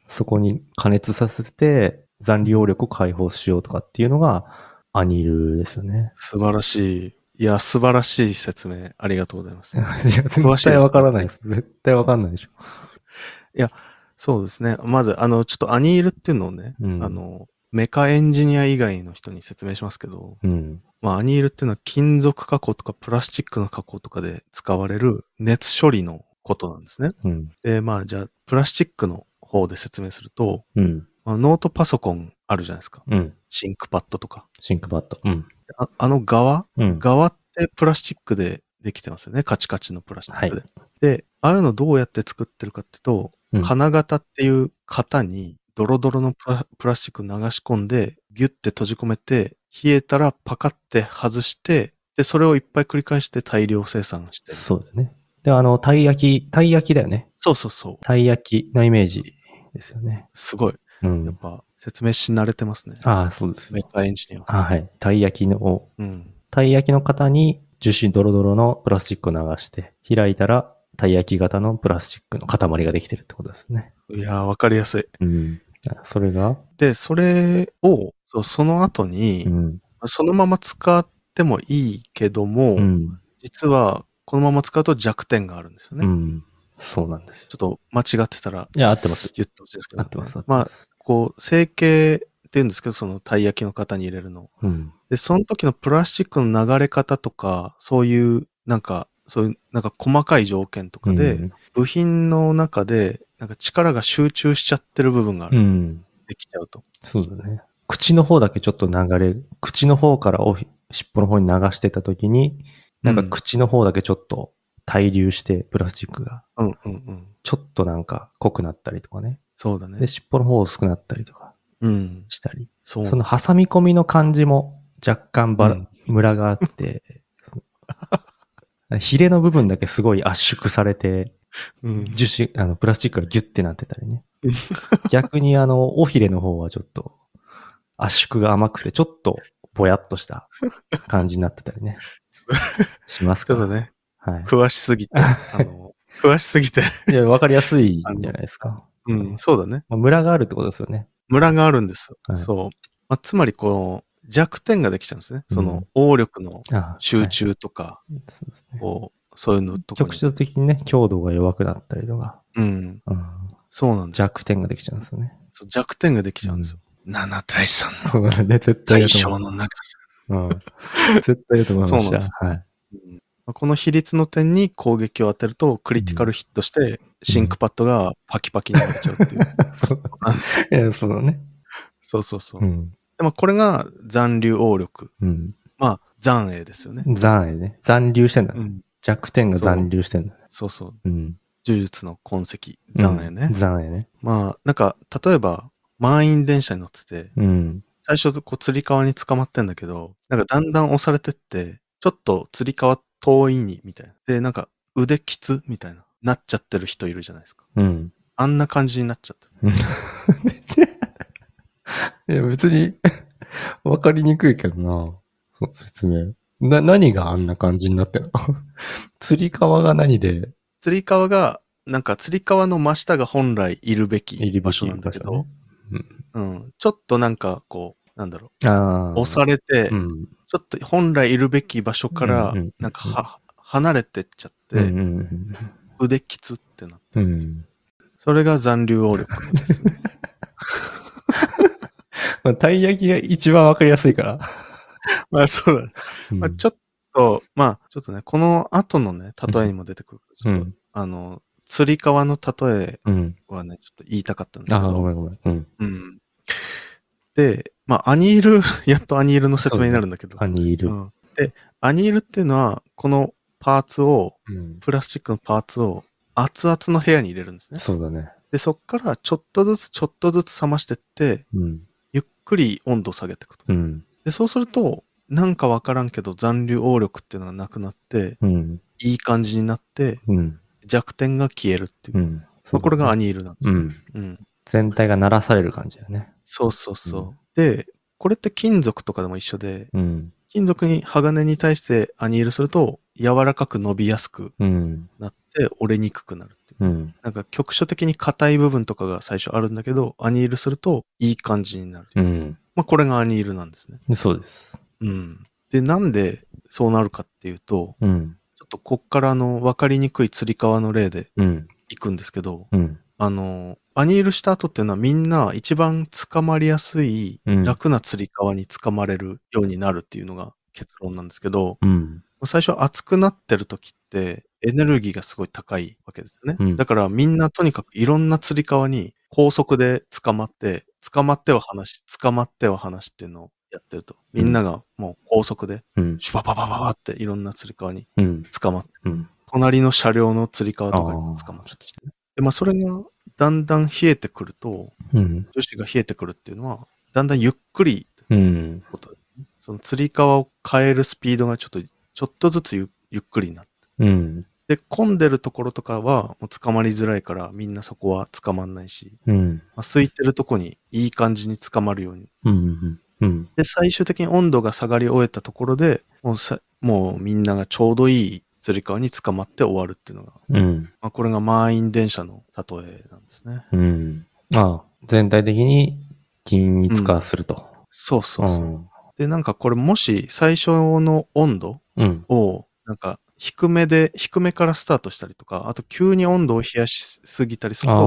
[SPEAKER 2] そこに加熱させて残留応力を解放しようとかっていうのがアニールですよね
[SPEAKER 1] 素晴らしい。いや、素晴らしい説明ありがとうございます
[SPEAKER 2] い。や絶対わからないです。絶対わかんないでしょ。
[SPEAKER 1] そうですね。まず、あの、ちょっとアニールっていうのをね、
[SPEAKER 2] うん
[SPEAKER 1] あの、メカエンジニア以外の人に説明しますけど、
[SPEAKER 2] うん。
[SPEAKER 1] まあ、アニールっていうのは金属加工とかプラスチックの加工とかで使われる熱処理のことなんですね。
[SPEAKER 2] うん。
[SPEAKER 1] で、まあ、じゃあ、プラスチックの方で説明すると、
[SPEAKER 2] うん。
[SPEAKER 1] まあ、ノートパソコンあるじゃないですか。
[SPEAKER 2] うん。
[SPEAKER 1] シンクパッドとか。
[SPEAKER 2] シンクパッド。うん。
[SPEAKER 1] ああの側
[SPEAKER 2] うん。
[SPEAKER 1] 側ってプラスチックでできてますよね。カチカチのプラスチックで。で、ああいうのどうやって作ってるかっていうと、
[SPEAKER 2] うん
[SPEAKER 1] 金型っていう型にドロドロのプラプラスチックを流し込んで、ギュッて閉じ込めて、冷えたらパカって外して、で、それをいっぱい繰り返して大量生産してる。
[SPEAKER 2] そうだよね。で、あの、たい焼き、たい焼きだよね。
[SPEAKER 1] そうそうそう。
[SPEAKER 2] たい焼きのイメージですよね。
[SPEAKER 1] すごい。
[SPEAKER 2] う
[SPEAKER 1] やっ
[SPEAKER 2] ん。
[SPEAKER 1] ぱ説明し慣れてますね。
[SPEAKER 2] ああ、そうです
[SPEAKER 1] メ
[SPEAKER 2] ね。
[SPEAKER 1] カエンジニアは。
[SPEAKER 2] あはい。たい焼きの、
[SPEAKER 1] うん。
[SPEAKER 2] たい焼きの型に樹脂ドロドロのプラスチックを流して、開いたら、たい焼き型のプラスチックの塊ができてるってことですね。
[SPEAKER 1] いやー、わかりやすい。
[SPEAKER 2] うん。それが、
[SPEAKER 1] で、それを、そうその後に、
[SPEAKER 2] うん。
[SPEAKER 1] そのまま使ってもいいけども、
[SPEAKER 2] うん。
[SPEAKER 1] 実はこのまま使うと弱点があるんですよね。
[SPEAKER 2] うん。そうなんですよ。
[SPEAKER 1] ちょっと間違ってたら
[SPEAKER 2] いや、合ってます。
[SPEAKER 1] 言ってほしいですけど、
[SPEAKER 2] 合ってます。合って
[SPEAKER 1] ま
[SPEAKER 2] ま
[SPEAKER 1] あ、
[SPEAKER 2] す。
[SPEAKER 1] こう、成形って言うんですけど、そのたい焼きの型に入れるの。
[SPEAKER 2] うん。
[SPEAKER 1] で、その時のプラスチックの流れ方とか、そういう、なんか、そういう、なんか細かい条件とかで、
[SPEAKER 2] うん
[SPEAKER 1] 部品の中で、なんか力が集中しちゃってる部分があ
[SPEAKER 2] う
[SPEAKER 1] る。
[SPEAKER 2] ん。
[SPEAKER 1] できちゃうと。
[SPEAKER 2] そうだね。口の方だけちょっと流れる。口の方からお尻尾の方に流してた時に、なんか口の方だけちょっと滞留して、プラスチックが。
[SPEAKER 1] うんうんうん。
[SPEAKER 2] ちょっとなんか濃くなったりとかね。
[SPEAKER 1] そうだね
[SPEAKER 2] で、。尻尾の方薄くなったりとか
[SPEAKER 1] うん。
[SPEAKER 2] したり。
[SPEAKER 1] そう。
[SPEAKER 2] その挟み込みの感じも若干ばら、
[SPEAKER 1] うん
[SPEAKER 2] ムラがあって、そ <laughs> のヒレの部分だけすごい圧縮されて、
[SPEAKER 1] うん
[SPEAKER 2] 樹脂、あの、プラスチックがギュッてなってたり
[SPEAKER 1] <laughs>
[SPEAKER 2] ね。逆にあの、尾ひれの方はちょっと圧縮が甘くて、ちょっとぼやっとした感じになってた
[SPEAKER 1] <laughs>
[SPEAKER 2] りね。します
[SPEAKER 1] ちょ
[SPEAKER 2] か
[SPEAKER 1] っと
[SPEAKER 2] ら。
[SPEAKER 1] ね、
[SPEAKER 2] はい。
[SPEAKER 1] 詳しすぎ
[SPEAKER 2] <laughs>
[SPEAKER 1] て、あの、詳しすぎて、
[SPEAKER 2] いや、わかりやすいんじゃないですか。
[SPEAKER 1] うん、そうだね。
[SPEAKER 2] まあ、ムラがあるってことですよね。
[SPEAKER 1] ムラがあるんです。
[SPEAKER 2] はい
[SPEAKER 1] そう。まあ、つまり、こう、弱点ができちゃうんですね。その、応力の
[SPEAKER 2] あ
[SPEAKER 1] 集
[SPEAKER 2] はい
[SPEAKER 1] 中とか、
[SPEAKER 2] そうですね
[SPEAKER 1] こう、そういうのとかに
[SPEAKER 2] 局。所的にね、強度が弱くなったりとか、
[SPEAKER 1] うん、
[SPEAKER 2] うん、
[SPEAKER 1] そうなんです。
[SPEAKER 2] 弱点ができちゃうんですよね。
[SPEAKER 1] そう弱点ができちゃうんですよ。7対3の
[SPEAKER 2] そうだね、絶対
[SPEAKER 1] 対
[SPEAKER 2] やと思
[SPEAKER 1] 象の
[SPEAKER 2] う
[SPEAKER 1] 中
[SPEAKER 2] うん、絶対やと思いま
[SPEAKER 1] そうな
[SPEAKER 2] し
[SPEAKER 1] ん
[SPEAKER 2] た
[SPEAKER 1] で。す
[SPEAKER 2] はい。
[SPEAKER 1] うんまあこの比率の点に攻撃を当てるとクリティカルヒットしてシンクパッドがパキパキになっちゃうっていう。
[SPEAKER 2] いや、そう <laughs> だね。
[SPEAKER 1] そうそうそう。
[SPEAKER 2] う
[SPEAKER 1] で
[SPEAKER 2] ん。
[SPEAKER 1] まあこれが残留応力。
[SPEAKER 2] うん。
[SPEAKER 1] まあ残影ですよね。
[SPEAKER 2] 残影ね。残留してんだ、
[SPEAKER 1] う
[SPEAKER 2] ね
[SPEAKER 1] ん。
[SPEAKER 2] 弱点が残留してんだね。
[SPEAKER 1] そうそう。
[SPEAKER 2] うん。
[SPEAKER 1] 呪術の痕跡。残影ね。
[SPEAKER 2] うん残影ね。
[SPEAKER 1] まあなんか例えば満員電車に乗ってて
[SPEAKER 2] うん。
[SPEAKER 1] 最初こうつり革に捕まってんだけどなんかだんだん押されてってちょっとつり革遠いにみたいな。でなんか腕きつみたいな。なっちゃってる人いるじゃないですか。 <laughs>
[SPEAKER 2] うん。
[SPEAKER 1] あんな感じになっちゃってる。
[SPEAKER 2] いや、別に、 <laughs> わかりにくいけどな。その説明。な、何があんな感じになってんの <laughs> 釣り革が何で
[SPEAKER 1] つり革が、なんかつり革の真下が本来いるべ
[SPEAKER 2] 入
[SPEAKER 1] き
[SPEAKER 2] り
[SPEAKER 1] 場
[SPEAKER 2] 場
[SPEAKER 1] 所
[SPEAKER 2] 所
[SPEAKER 1] な
[SPEAKER 2] なんん
[SPEAKER 1] だ
[SPEAKER 2] だ
[SPEAKER 1] け
[SPEAKER 2] け
[SPEAKER 1] ど、
[SPEAKER 2] ど。
[SPEAKER 1] うん、ちょっとなんかこう、なんだろ
[SPEAKER 2] あ
[SPEAKER 1] う、押されて、
[SPEAKER 2] れ
[SPEAKER 1] ちょっと本来いるべき場所から
[SPEAKER 2] うんうんうんうん、
[SPEAKER 1] なんかは、離れてっちゃって、
[SPEAKER 2] うんうん
[SPEAKER 1] 腕きつってな。
[SPEAKER 2] うんうん。
[SPEAKER 1] それが残留応
[SPEAKER 2] <laughs>
[SPEAKER 1] 力ですね。
[SPEAKER 2] まあ、たい焼きが一番わかりやすいから。
[SPEAKER 1] まあそうだね。まあ、ちょっと、まあちょっとね、この後のね、例えにも出てくるから、ちょっと、
[SPEAKER 2] うん
[SPEAKER 1] あの、つり革の例え
[SPEAKER 2] うん。
[SPEAKER 1] はね、ちょっと言いたかったんです
[SPEAKER 2] あ
[SPEAKER 1] け
[SPEAKER 2] ー、ご
[SPEAKER 1] ど、
[SPEAKER 2] めんごめん。うん。
[SPEAKER 1] うん。で、まあ、アニール、 <laughs> やっとアニールの説明になるんだけど。
[SPEAKER 2] あ、にいる
[SPEAKER 1] う。んで、アニールっていうのは、このパーツを、
[SPEAKER 2] うん。
[SPEAKER 1] プラスチックのパーツを熱々の部屋に入れるんですね。
[SPEAKER 2] そうだね。
[SPEAKER 1] で、そっからちょっとずつちょっとずつ冷ましてって、
[SPEAKER 2] うん。
[SPEAKER 1] ゆっくり温度を下げていくと。
[SPEAKER 2] うん。
[SPEAKER 1] で、そうすると、なんかわからんけど残留応力っていうのがなくなって、
[SPEAKER 2] うん。
[SPEAKER 1] いい感じになって
[SPEAKER 2] うん。
[SPEAKER 1] 弱点が消えるっていう。
[SPEAKER 2] うん。
[SPEAKER 1] まあこれがア
[SPEAKER 2] に。
[SPEAKER 1] ニールなんです
[SPEAKER 2] う
[SPEAKER 1] よ。
[SPEAKER 2] ん。
[SPEAKER 1] うん
[SPEAKER 2] 全体が鳴らされる感じだよね。
[SPEAKER 1] そうそうそう。
[SPEAKER 2] う
[SPEAKER 1] で、これって金属とかでも一緒で、
[SPEAKER 2] うん。
[SPEAKER 1] 金属に鋼に対してアニールすると柔らかく伸びやすく
[SPEAKER 2] うん。
[SPEAKER 1] なって折れにくくなるっていう。
[SPEAKER 2] うん。
[SPEAKER 1] なんか局所的に硬い部分とかが最初あるんだけど、アニールするといい感じになる。
[SPEAKER 2] うん。
[SPEAKER 1] まあこれがアニールなんですね。
[SPEAKER 2] そうです。
[SPEAKER 1] うん。で、なんでそうなるかっていうと、
[SPEAKER 2] うん。
[SPEAKER 1] ちょっとこっからあの分かりにくい釣り革の例で
[SPEAKER 2] うん。
[SPEAKER 1] いくんですけど、
[SPEAKER 2] うん。
[SPEAKER 1] あの、アニールした後っていうのはみんな一番捕まりやすい
[SPEAKER 2] うん。
[SPEAKER 1] 楽な釣り革に捕まれるようになるっていうのが結論なんですけど、
[SPEAKER 2] うん。
[SPEAKER 1] 最初熱くなってる時ってエネルギーがすごい高いわけですよね。
[SPEAKER 2] うん
[SPEAKER 1] だからみんなとにかくいろんな釣り革に高速で捕まって、捕まっては離し、捕まっては離しっていうのをやってると。みんながもう高速で、
[SPEAKER 2] うん。
[SPEAKER 1] シュパパパパパっていろんな釣り革に
[SPEAKER 2] うん。
[SPEAKER 1] 捕まって、
[SPEAKER 2] うん。
[SPEAKER 1] 隣の車両の釣り革とかにも捕まってきてね。で、まあそれがだんだん冷えてくると、
[SPEAKER 2] うん。
[SPEAKER 1] 女子が冷えてくるっていうのは、だんだんゆっくり
[SPEAKER 2] うん。
[SPEAKER 1] ことですね。その釣り革を変えるスピードがちょっと、ちょっとずつゆゆっくりになって。
[SPEAKER 2] うん。
[SPEAKER 1] で、混んでるところとかはもう捕まりづらいから、みんなそこは捕まんないし、
[SPEAKER 2] うん。
[SPEAKER 1] まあ、空いてるとこにいい感じに捕まるように。
[SPEAKER 2] うん。うん。
[SPEAKER 1] で、最終的に温度が下がり終えたところで、もうさもうみんながちょうどいい釣り革に捕まって終わるっていうのが、
[SPEAKER 2] うん。
[SPEAKER 1] まあ、これが満員電車の例えなんですね。
[SPEAKER 2] うん。ああ全体的に均一化すると。
[SPEAKER 1] そうそうそう。で、なんかこれもし最初の温度、
[SPEAKER 2] うん。うん。
[SPEAKER 1] を、なんか、低めで、低めからスタートしたりとか、あと急に温度を冷やしすぎたりすると、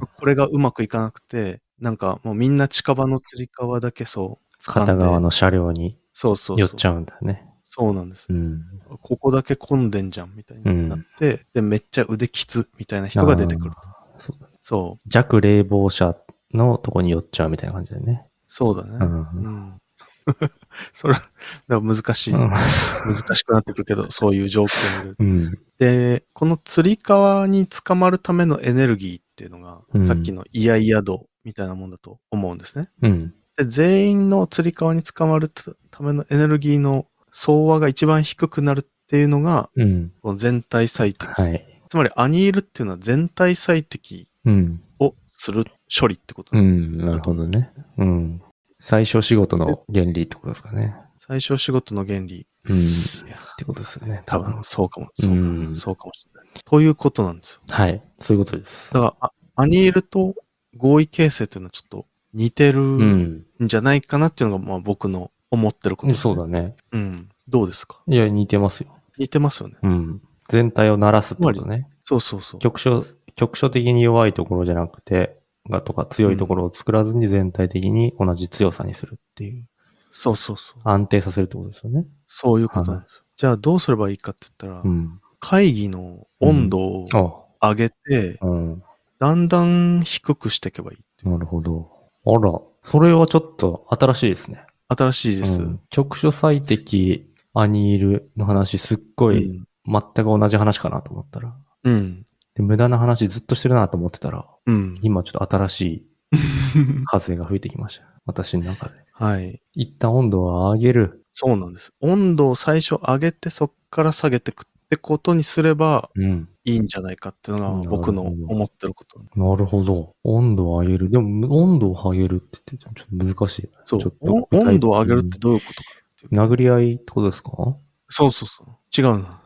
[SPEAKER 2] ああ、
[SPEAKER 1] これがうまくいかなくて、なんかもうみんな近場の釣り革だけそう、掴んで
[SPEAKER 2] 片側の車両に
[SPEAKER 1] そうそう
[SPEAKER 2] 寄
[SPEAKER 1] そう。
[SPEAKER 2] っちゃうんだね。
[SPEAKER 1] そうなんです。
[SPEAKER 2] うん。
[SPEAKER 1] ここだけ混んでんじゃん、みたいになって、で、めっちゃ腕きつ、みたいな人が出てくる。
[SPEAKER 2] ああ。そう
[SPEAKER 1] そう、
[SPEAKER 2] 弱冷房車のとこに寄っちゃうみたいな感じだよね。
[SPEAKER 1] そうだ
[SPEAKER 2] う
[SPEAKER 1] ね。
[SPEAKER 2] ん。
[SPEAKER 1] うん。 <laughs> それは、だから難しい、難しくなってくるけど、そういう状況に入れると
[SPEAKER 2] うん。
[SPEAKER 1] で、この釣り革に捕まるためのエネルギーっていうのが、
[SPEAKER 2] うん
[SPEAKER 1] さっきのイヤイヤ度みたいなもんだと思うんですね。
[SPEAKER 2] うん。
[SPEAKER 1] で、全員の釣り革に捕まるたためのエネルギーの総和が一番低くなるっていうのが、
[SPEAKER 2] うん。
[SPEAKER 1] この全体最適。
[SPEAKER 2] はい。
[SPEAKER 1] つまりアニールっていうのは全体最適
[SPEAKER 2] うん。
[SPEAKER 1] をする処理ってこと
[SPEAKER 2] う
[SPEAKER 1] ね、
[SPEAKER 2] ん。なるほどね。うん。最小仕事の原理ってことですかね。
[SPEAKER 1] 最小仕事の原理。
[SPEAKER 2] うん。っ
[SPEAKER 1] いや、
[SPEAKER 2] てことですよね。
[SPEAKER 1] 多分そうかも、そうか
[SPEAKER 2] う
[SPEAKER 1] も、
[SPEAKER 2] ん
[SPEAKER 1] そうかもしれない。ということなんですよ。
[SPEAKER 2] はい。そういうことです。
[SPEAKER 1] だから、あアニールと合意形成っていうのはちょっと似てる
[SPEAKER 2] うんん。
[SPEAKER 1] じゃないかなっていうのが、まあ僕の思ってることです、ね
[SPEAKER 2] そうだね。
[SPEAKER 1] うん。どうですか
[SPEAKER 2] いや、似てますよ。
[SPEAKER 1] 似てますよね。
[SPEAKER 2] うん。全体を鳴らすってことね。
[SPEAKER 1] そうそうそう。
[SPEAKER 2] 局所、局所的に弱いところじゃなくて、がとか強いところを作らずに全体的に同じ強さにするっていう、
[SPEAKER 1] そうそうそう。
[SPEAKER 2] 安定させるってことですよね。
[SPEAKER 1] そういうことなんですよ。じゃあどうすればいいかって言った
[SPEAKER 2] う
[SPEAKER 1] ら、
[SPEAKER 2] ん。
[SPEAKER 1] 会議の温度を
[SPEAKER 2] あ、
[SPEAKER 1] 上げて、
[SPEAKER 2] うん。
[SPEAKER 1] だんだん低くしていけばいいっていう。
[SPEAKER 2] なるほど。あら、それはちょっと新しいですね。
[SPEAKER 1] 新しいです。
[SPEAKER 2] うん局所最適アニールの話、すっごい全く同じ話かなと思ったら、
[SPEAKER 1] うん。うん。
[SPEAKER 2] で無駄な話ずっとしてるなと思ってたら、
[SPEAKER 1] うん。
[SPEAKER 2] 今ちょっと新しい風が吹いてきました。私の中で。
[SPEAKER 1] <laughs> はい。
[SPEAKER 2] 一旦温度を上げる。
[SPEAKER 1] そうなんです。温度を最初上げて、そっから下げてくってことにすれば
[SPEAKER 2] うん。
[SPEAKER 1] いいんじゃないかっていうの
[SPEAKER 2] な
[SPEAKER 1] が
[SPEAKER 2] るほど
[SPEAKER 1] 僕の思ってることなんです。
[SPEAKER 2] なるほど。温度を上げる。でも、温度を上げるって言って、ちょっと難しいな。
[SPEAKER 1] そ
[SPEAKER 2] ちょっ
[SPEAKER 1] う。
[SPEAKER 2] と
[SPEAKER 1] お
[SPEAKER 2] 具体的に
[SPEAKER 1] 温度を上げるってどういうことか。
[SPEAKER 2] 殴り合いってことですか
[SPEAKER 1] そうそうそう。
[SPEAKER 2] <laughs>
[SPEAKER 1] 違うな。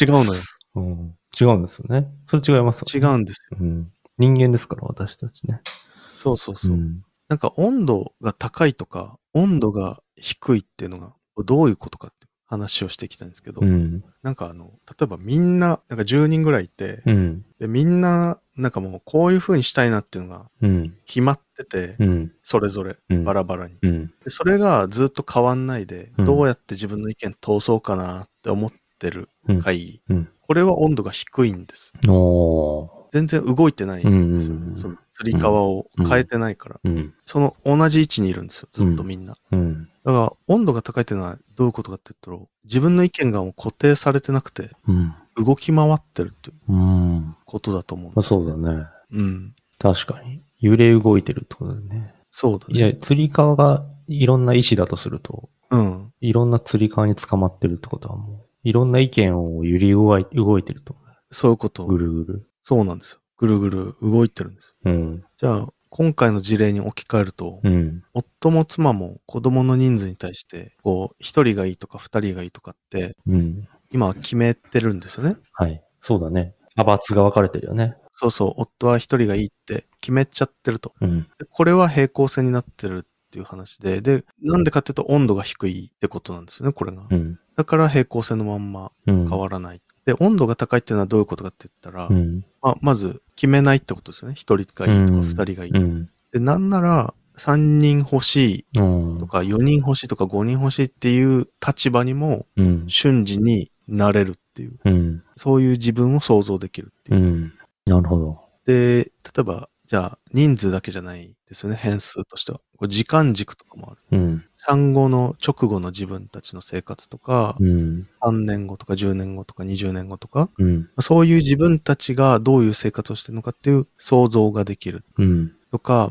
[SPEAKER 1] 違うのよ。
[SPEAKER 2] うん。違うんですよね。それ違います
[SPEAKER 1] 違
[SPEAKER 2] よね、
[SPEAKER 1] うんですよ。
[SPEAKER 2] う。ん。人間ですから、私たちね。
[SPEAKER 1] そうそうそう。
[SPEAKER 2] ん。
[SPEAKER 1] なんか温度が高いとか、温度が低いっていうのが、どういうことかって話をしてきたんですけど、
[SPEAKER 2] うん。
[SPEAKER 1] なんかあの、例えばみんな、なんか10人ぐらいいて、
[SPEAKER 2] うん。
[SPEAKER 1] で、みんな、なんかもうこういう風にしたいなっていうのが
[SPEAKER 2] うん。
[SPEAKER 1] 決まってて、
[SPEAKER 2] うん。
[SPEAKER 1] それぞれ、
[SPEAKER 2] うん。
[SPEAKER 1] バラバラに。
[SPEAKER 2] うん。
[SPEAKER 1] で、それがずっと変わんないで、
[SPEAKER 2] うん
[SPEAKER 1] どうやって自分の意見通そうかなって思ってる
[SPEAKER 2] うん。
[SPEAKER 1] 会議。
[SPEAKER 2] うん
[SPEAKER 1] これは温度が低いんです。
[SPEAKER 2] おー。
[SPEAKER 1] 全然動いてないんですよね。
[SPEAKER 2] うんうんうん
[SPEAKER 1] その釣り革を変えてないから、
[SPEAKER 2] うん。
[SPEAKER 1] その同じ位置にいるんですよ、ずっとみんな。
[SPEAKER 2] うん。
[SPEAKER 1] だから温度が高いっていうのはどういうことかって言ったら、自分の意見がもう固定されてなくて、
[SPEAKER 2] うん。
[SPEAKER 1] 動き回ってるという
[SPEAKER 2] うん。ま
[SPEAKER 1] ことだと思うん
[SPEAKER 2] あ、
[SPEAKER 1] です。
[SPEAKER 2] そうだね。
[SPEAKER 1] うん。
[SPEAKER 2] 確かに。揺れ動いてるってことだね。
[SPEAKER 1] そうだ
[SPEAKER 2] い
[SPEAKER 1] ね。
[SPEAKER 2] や、釣り革がいろんな意思だとすると、
[SPEAKER 1] うん。
[SPEAKER 2] いろんな釣り革に捕まってるってことはもう、いろんな意見を揺り動い動いてると。
[SPEAKER 1] そういうこと
[SPEAKER 2] ぐ。るぐる。
[SPEAKER 1] そうなんですよ。ぐるぐる動いてるんです。
[SPEAKER 2] うん。
[SPEAKER 1] じゃあ、今回の事例に置き換えると、
[SPEAKER 2] うん。
[SPEAKER 1] 夫も妻も子供の人数に対して、こう、一人がいいとか二人がいいとかって、
[SPEAKER 2] うん。
[SPEAKER 1] 今は決めてるんですよね。
[SPEAKER 2] はい。そうだね。派閥が分かれてるよね。
[SPEAKER 1] そうそう、夫は一人がいいって決めちゃってると。
[SPEAKER 2] うん。
[SPEAKER 1] でこれは平行線になってるっていう話で、で、なんでかっていうと温度が低いってことなんですよね、これが
[SPEAKER 2] う。ん。
[SPEAKER 1] だから平行線のまんま
[SPEAKER 2] うん。
[SPEAKER 1] 変わらない。で、温度が高いっていうのはどういうことかって言ったら、
[SPEAKER 2] うん。
[SPEAKER 1] まあ、まず決めないってことですよね。一人がいいと
[SPEAKER 2] う
[SPEAKER 1] か
[SPEAKER 2] ん
[SPEAKER 1] 二人がいい。
[SPEAKER 2] うん。
[SPEAKER 1] で、なんなら三人欲しい
[SPEAKER 2] うん
[SPEAKER 1] と。か四人欲しいとか五人欲しいっていう立場にも
[SPEAKER 2] うん。
[SPEAKER 1] 瞬時になれるっていう、
[SPEAKER 2] うん。
[SPEAKER 1] そういう自分を想像できるっていう
[SPEAKER 2] う。ん。なるほど。
[SPEAKER 1] で、例えば、じゃあ人数だけじゃないですよね、変数としては。こう時間軸とかもある。
[SPEAKER 2] うん。
[SPEAKER 1] 産後の直後の自分たちの生活とか、
[SPEAKER 2] うん。
[SPEAKER 1] 3年後とか10年後とか20年後とか、
[SPEAKER 2] うん。
[SPEAKER 1] そういう自分たちがどういう生活をしてるのかっていう想像ができる
[SPEAKER 2] うん。
[SPEAKER 1] とか、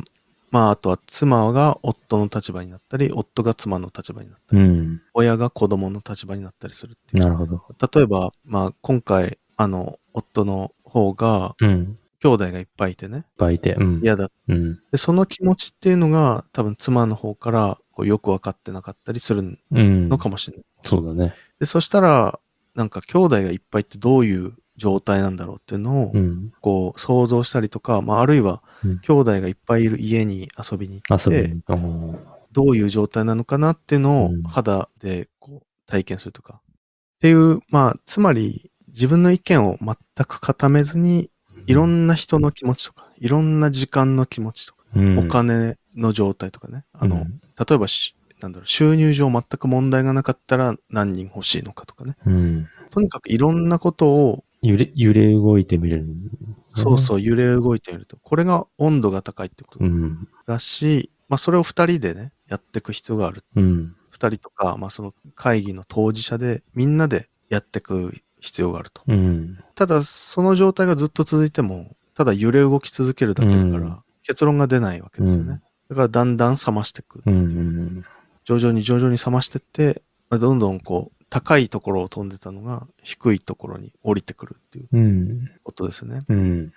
[SPEAKER 1] まああとは妻が夫の立場になったり、夫が妻の立場になった
[SPEAKER 2] う
[SPEAKER 1] り、
[SPEAKER 2] ん。
[SPEAKER 1] 親が子供の立場になったりするっていう。
[SPEAKER 2] なるほど。
[SPEAKER 1] 例えば、まあ今回、あの、夫の方が
[SPEAKER 2] うん。
[SPEAKER 1] 兄弟がいっぱいいてね、
[SPEAKER 2] いっぱいいて。うん。
[SPEAKER 1] 嫌だ
[SPEAKER 2] うん。
[SPEAKER 1] で、その気持ちっていうのが多分妻の方からこうよく分かってなかったりする
[SPEAKER 2] うん
[SPEAKER 1] の。かもしれない。
[SPEAKER 2] そうだね。
[SPEAKER 1] で、そしたら、なんか兄弟がいっぱいってどういう状態なんだろうっていうのを、
[SPEAKER 2] うん。
[SPEAKER 1] こう想像したりとか、まあ、あるいは
[SPEAKER 2] うん、
[SPEAKER 1] 兄弟がいっぱいいる家に遊びに行って、
[SPEAKER 2] 遊びに行こ
[SPEAKER 1] どういう状態なのかなっていうのを
[SPEAKER 2] うん
[SPEAKER 1] 肌でこう体験するとか。っていう、まあ、つまり自分の意見を全く固めずに、
[SPEAKER 2] う
[SPEAKER 1] いろんな人の気持ちとか、いろんな時間の気持ちとか、
[SPEAKER 2] うん、
[SPEAKER 1] お金の状態とかね、あの、
[SPEAKER 2] うん
[SPEAKER 1] 例えばし、なんだろう、収入上全く問題がなかったら何人欲しいのかとかね。
[SPEAKER 2] うん。
[SPEAKER 1] とにかくいろんなことを、
[SPEAKER 2] 揺れ、揺れ動いてみれる。
[SPEAKER 1] そうそう揺れ動いてみると、これが温度が高いってこと
[SPEAKER 2] うん。
[SPEAKER 1] だし、まあそれを二人でね、やっていく必要がある。
[SPEAKER 2] うん。
[SPEAKER 1] 二人とか、まあその会議の当事者で、みんなでやっていく必要があると。
[SPEAKER 2] うん。
[SPEAKER 1] ただ、その状態がずっと続いても、ただ揺れ動き続けるだけだから、
[SPEAKER 2] うん
[SPEAKER 1] 結論が出ないわけですよ
[SPEAKER 2] う
[SPEAKER 1] ね
[SPEAKER 2] ん。
[SPEAKER 1] だからだんだん冷ましていく。
[SPEAKER 2] うん。
[SPEAKER 1] 徐々に徐々に冷ましてって、まあどんどんこう、高いところを飛んでたのが低いところに降りてくるっていう
[SPEAKER 2] うん。
[SPEAKER 1] ことですね。
[SPEAKER 2] うん。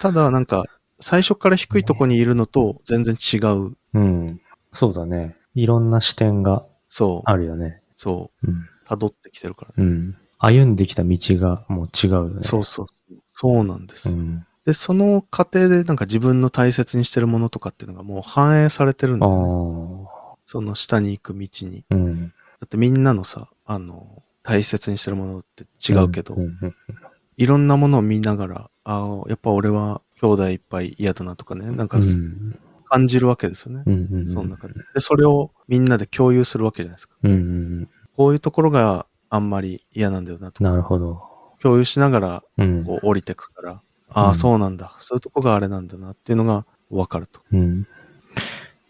[SPEAKER 1] ただ、なんか、最初から低いとこにいるのと全然違う
[SPEAKER 2] うん。そうだね。いろんな視点が
[SPEAKER 1] そう、
[SPEAKER 2] あるよね。
[SPEAKER 1] そ
[SPEAKER 2] うん。
[SPEAKER 1] う、辿ってきてるからね。
[SPEAKER 2] うん。歩んできた道がもう違うよね。
[SPEAKER 1] そうそう、そうなんです。
[SPEAKER 2] うん。
[SPEAKER 1] で、その過程でなんか自分の大切にしてるものとかっていうのがもう反映されてるん
[SPEAKER 2] あ
[SPEAKER 1] だ
[SPEAKER 2] あ
[SPEAKER 1] よね。その下に行く道に。
[SPEAKER 2] ー。うん。
[SPEAKER 1] だってみんなのさ、あの、大切にしてるものって違うけど、
[SPEAKER 2] んうん
[SPEAKER 1] いろんなものを見ながら、ああ、やっぱ俺は兄弟いっぱい嫌だなとかね、なん
[SPEAKER 2] う
[SPEAKER 1] か
[SPEAKER 2] ん。
[SPEAKER 1] 感じるわけですよね。
[SPEAKER 2] うんうんうん。
[SPEAKER 1] その中で。で、それをみんなで共有するわけじゃないですか。
[SPEAKER 2] うんうん
[SPEAKER 1] こういうところがあんまり嫌なんだよな
[SPEAKER 2] う
[SPEAKER 1] と
[SPEAKER 2] ん。
[SPEAKER 1] か、
[SPEAKER 2] なるほど。
[SPEAKER 1] 共有しながら
[SPEAKER 2] うん。
[SPEAKER 1] こう降りてくから、あ
[SPEAKER 2] う
[SPEAKER 1] あ、
[SPEAKER 2] ん
[SPEAKER 1] そうなんだ、そういうとこがあれなんだなっていうのが分かると。
[SPEAKER 2] うん。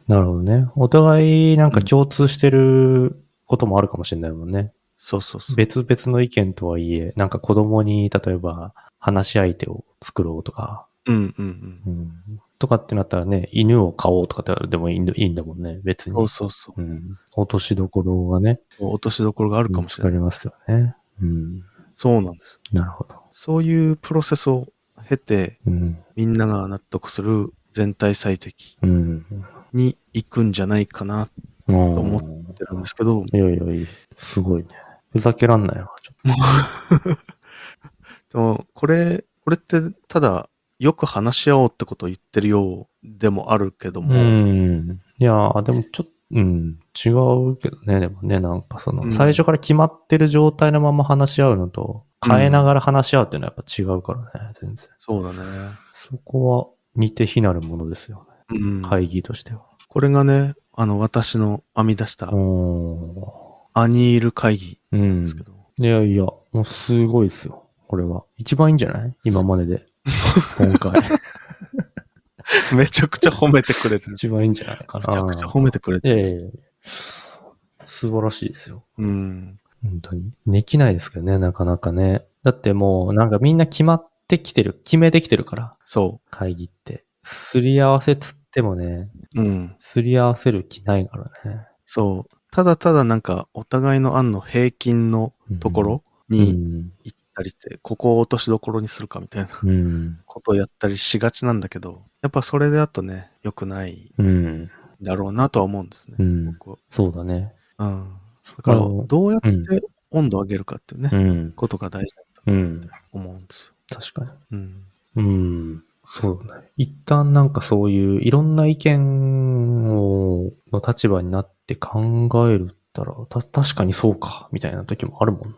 [SPEAKER 2] なるほどね。お互いなんか共通してることもあるかもしれないもんね。
[SPEAKER 1] そうそうそう。
[SPEAKER 2] 別々の意見とはいえ、なんか子供に例えば話し相手を作ろうとか、
[SPEAKER 1] うんうんうん。
[SPEAKER 2] うん、とかってなったらね、犬を飼おうとかってでもいいんだいいんだもんね、別に。
[SPEAKER 1] そうそうそう。
[SPEAKER 2] うん。落としどころがね、
[SPEAKER 1] 落としどころがあるかもしれ
[SPEAKER 2] あ
[SPEAKER 1] ない。
[SPEAKER 2] りますよね。うん。
[SPEAKER 1] そうなんです。
[SPEAKER 2] なるほど。
[SPEAKER 1] そういうプロセスを経て、
[SPEAKER 2] うん。
[SPEAKER 1] みんなが納得する全体最適
[SPEAKER 2] うん。
[SPEAKER 1] に行くんじゃないかなって
[SPEAKER 2] と
[SPEAKER 1] 思ってるんですけど、 <laughs>
[SPEAKER 2] いやいやいや、すごいね。ふざけらんないわ、ちょっと。
[SPEAKER 1] でも、これ、これって、ただ、よく話し合おうってことを言ってるようでもあるけども、
[SPEAKER 2] うん。いやー、でもちょっと、うん、違うけどね、でもね、なんかそうの、
[SPEAKER 1] ん
[SPEAKER 2] 最初から決まってる状態のまま話し合うのと、変えながら話し合うっていうのはやっぱ違うからね、全然。
[SPEAKER 1] そうだね。
[SPEAKER 2] そこは似て非なるものですよね。
[SPEAKER 1] うん。
[SPEAKER 2] 会議としては。
[SPEAKER 1] これがね、あの、私の編み出した
[SPEAKER 2] う、ん。
[SPEAKER 1] アニール会議
[SPEAKER 2] う
[SPEAKER 1] なん
[SPEAKER 2] ん。
[SPEAKER 1] ですけど、
[SPEAKER 2] いやいや、もうすごいですよ。これは。一番いいんじゃない今までで。今回。
[SPEAKER 1] <laughs> めちゃくちゃ褒めてくれてる。
[SPEAKER 2] 一番いいんじゃないか
[SPEAKER 1] め
[SPEAKER 2] な。
[SPEAKER 1] ちゃくちゃ褒めてくれてる。
[SPEAKER 2] いやいやいや素晴らしいですよ。
[SPEAKER 1] うん。
[SPEAKER 2] 本当に。できないですけどね、なかなかね。だってもう、なんかみんな決まってきてる、決めてきてるから、
[SPEAKER 1] そ
[SPEAKER 2] 会議って。すり合わせつってもね、
[SPEAKER 1] う。うん。
[SPEAKER 2] すり合わせる気ないからね。
[SPEAKER 1] そう。ただただなんか、お互いの案の平均のところ
[SPEAKER 2] うん
[SPEAKER 1] に行ったりして、ここを落としどころにするかみたいな
[SPEAKER 2] うん。
[SPEAKER 1] ことをやったりしがちなんだけど、やっぱそれだとね、良くない
[SPEAKER 2] うん。
[SPEAKER 1] だろうなとは思うんですね。
[SPEAKER 2] うん。
[SPEAKER 1] 僕は
[SPEAKER 2] そうだね。
[SPEAKER 1] うん。だから
[SPEAKER 2] あの、
[SPEAKER 1] どうやっ
[SPEAKER 2] うん。
[SPEAKER 1] て温度を上げるかっていうね、
[SPEAKER 2] うん。
[SPEAKER 1] ことが大事だと
[SPEAKER 2] うん。
[SPEAKER 1] 思うんですよ。
[SPEAKER 2] 確かに。
[SPEAKER 1] うん。
[SPEAKER 2] うん。そうだね。一旦なんかそういういろんな意見を、の立場になって考えるったら、た、確かにそうか、みたいな時もあるもんな。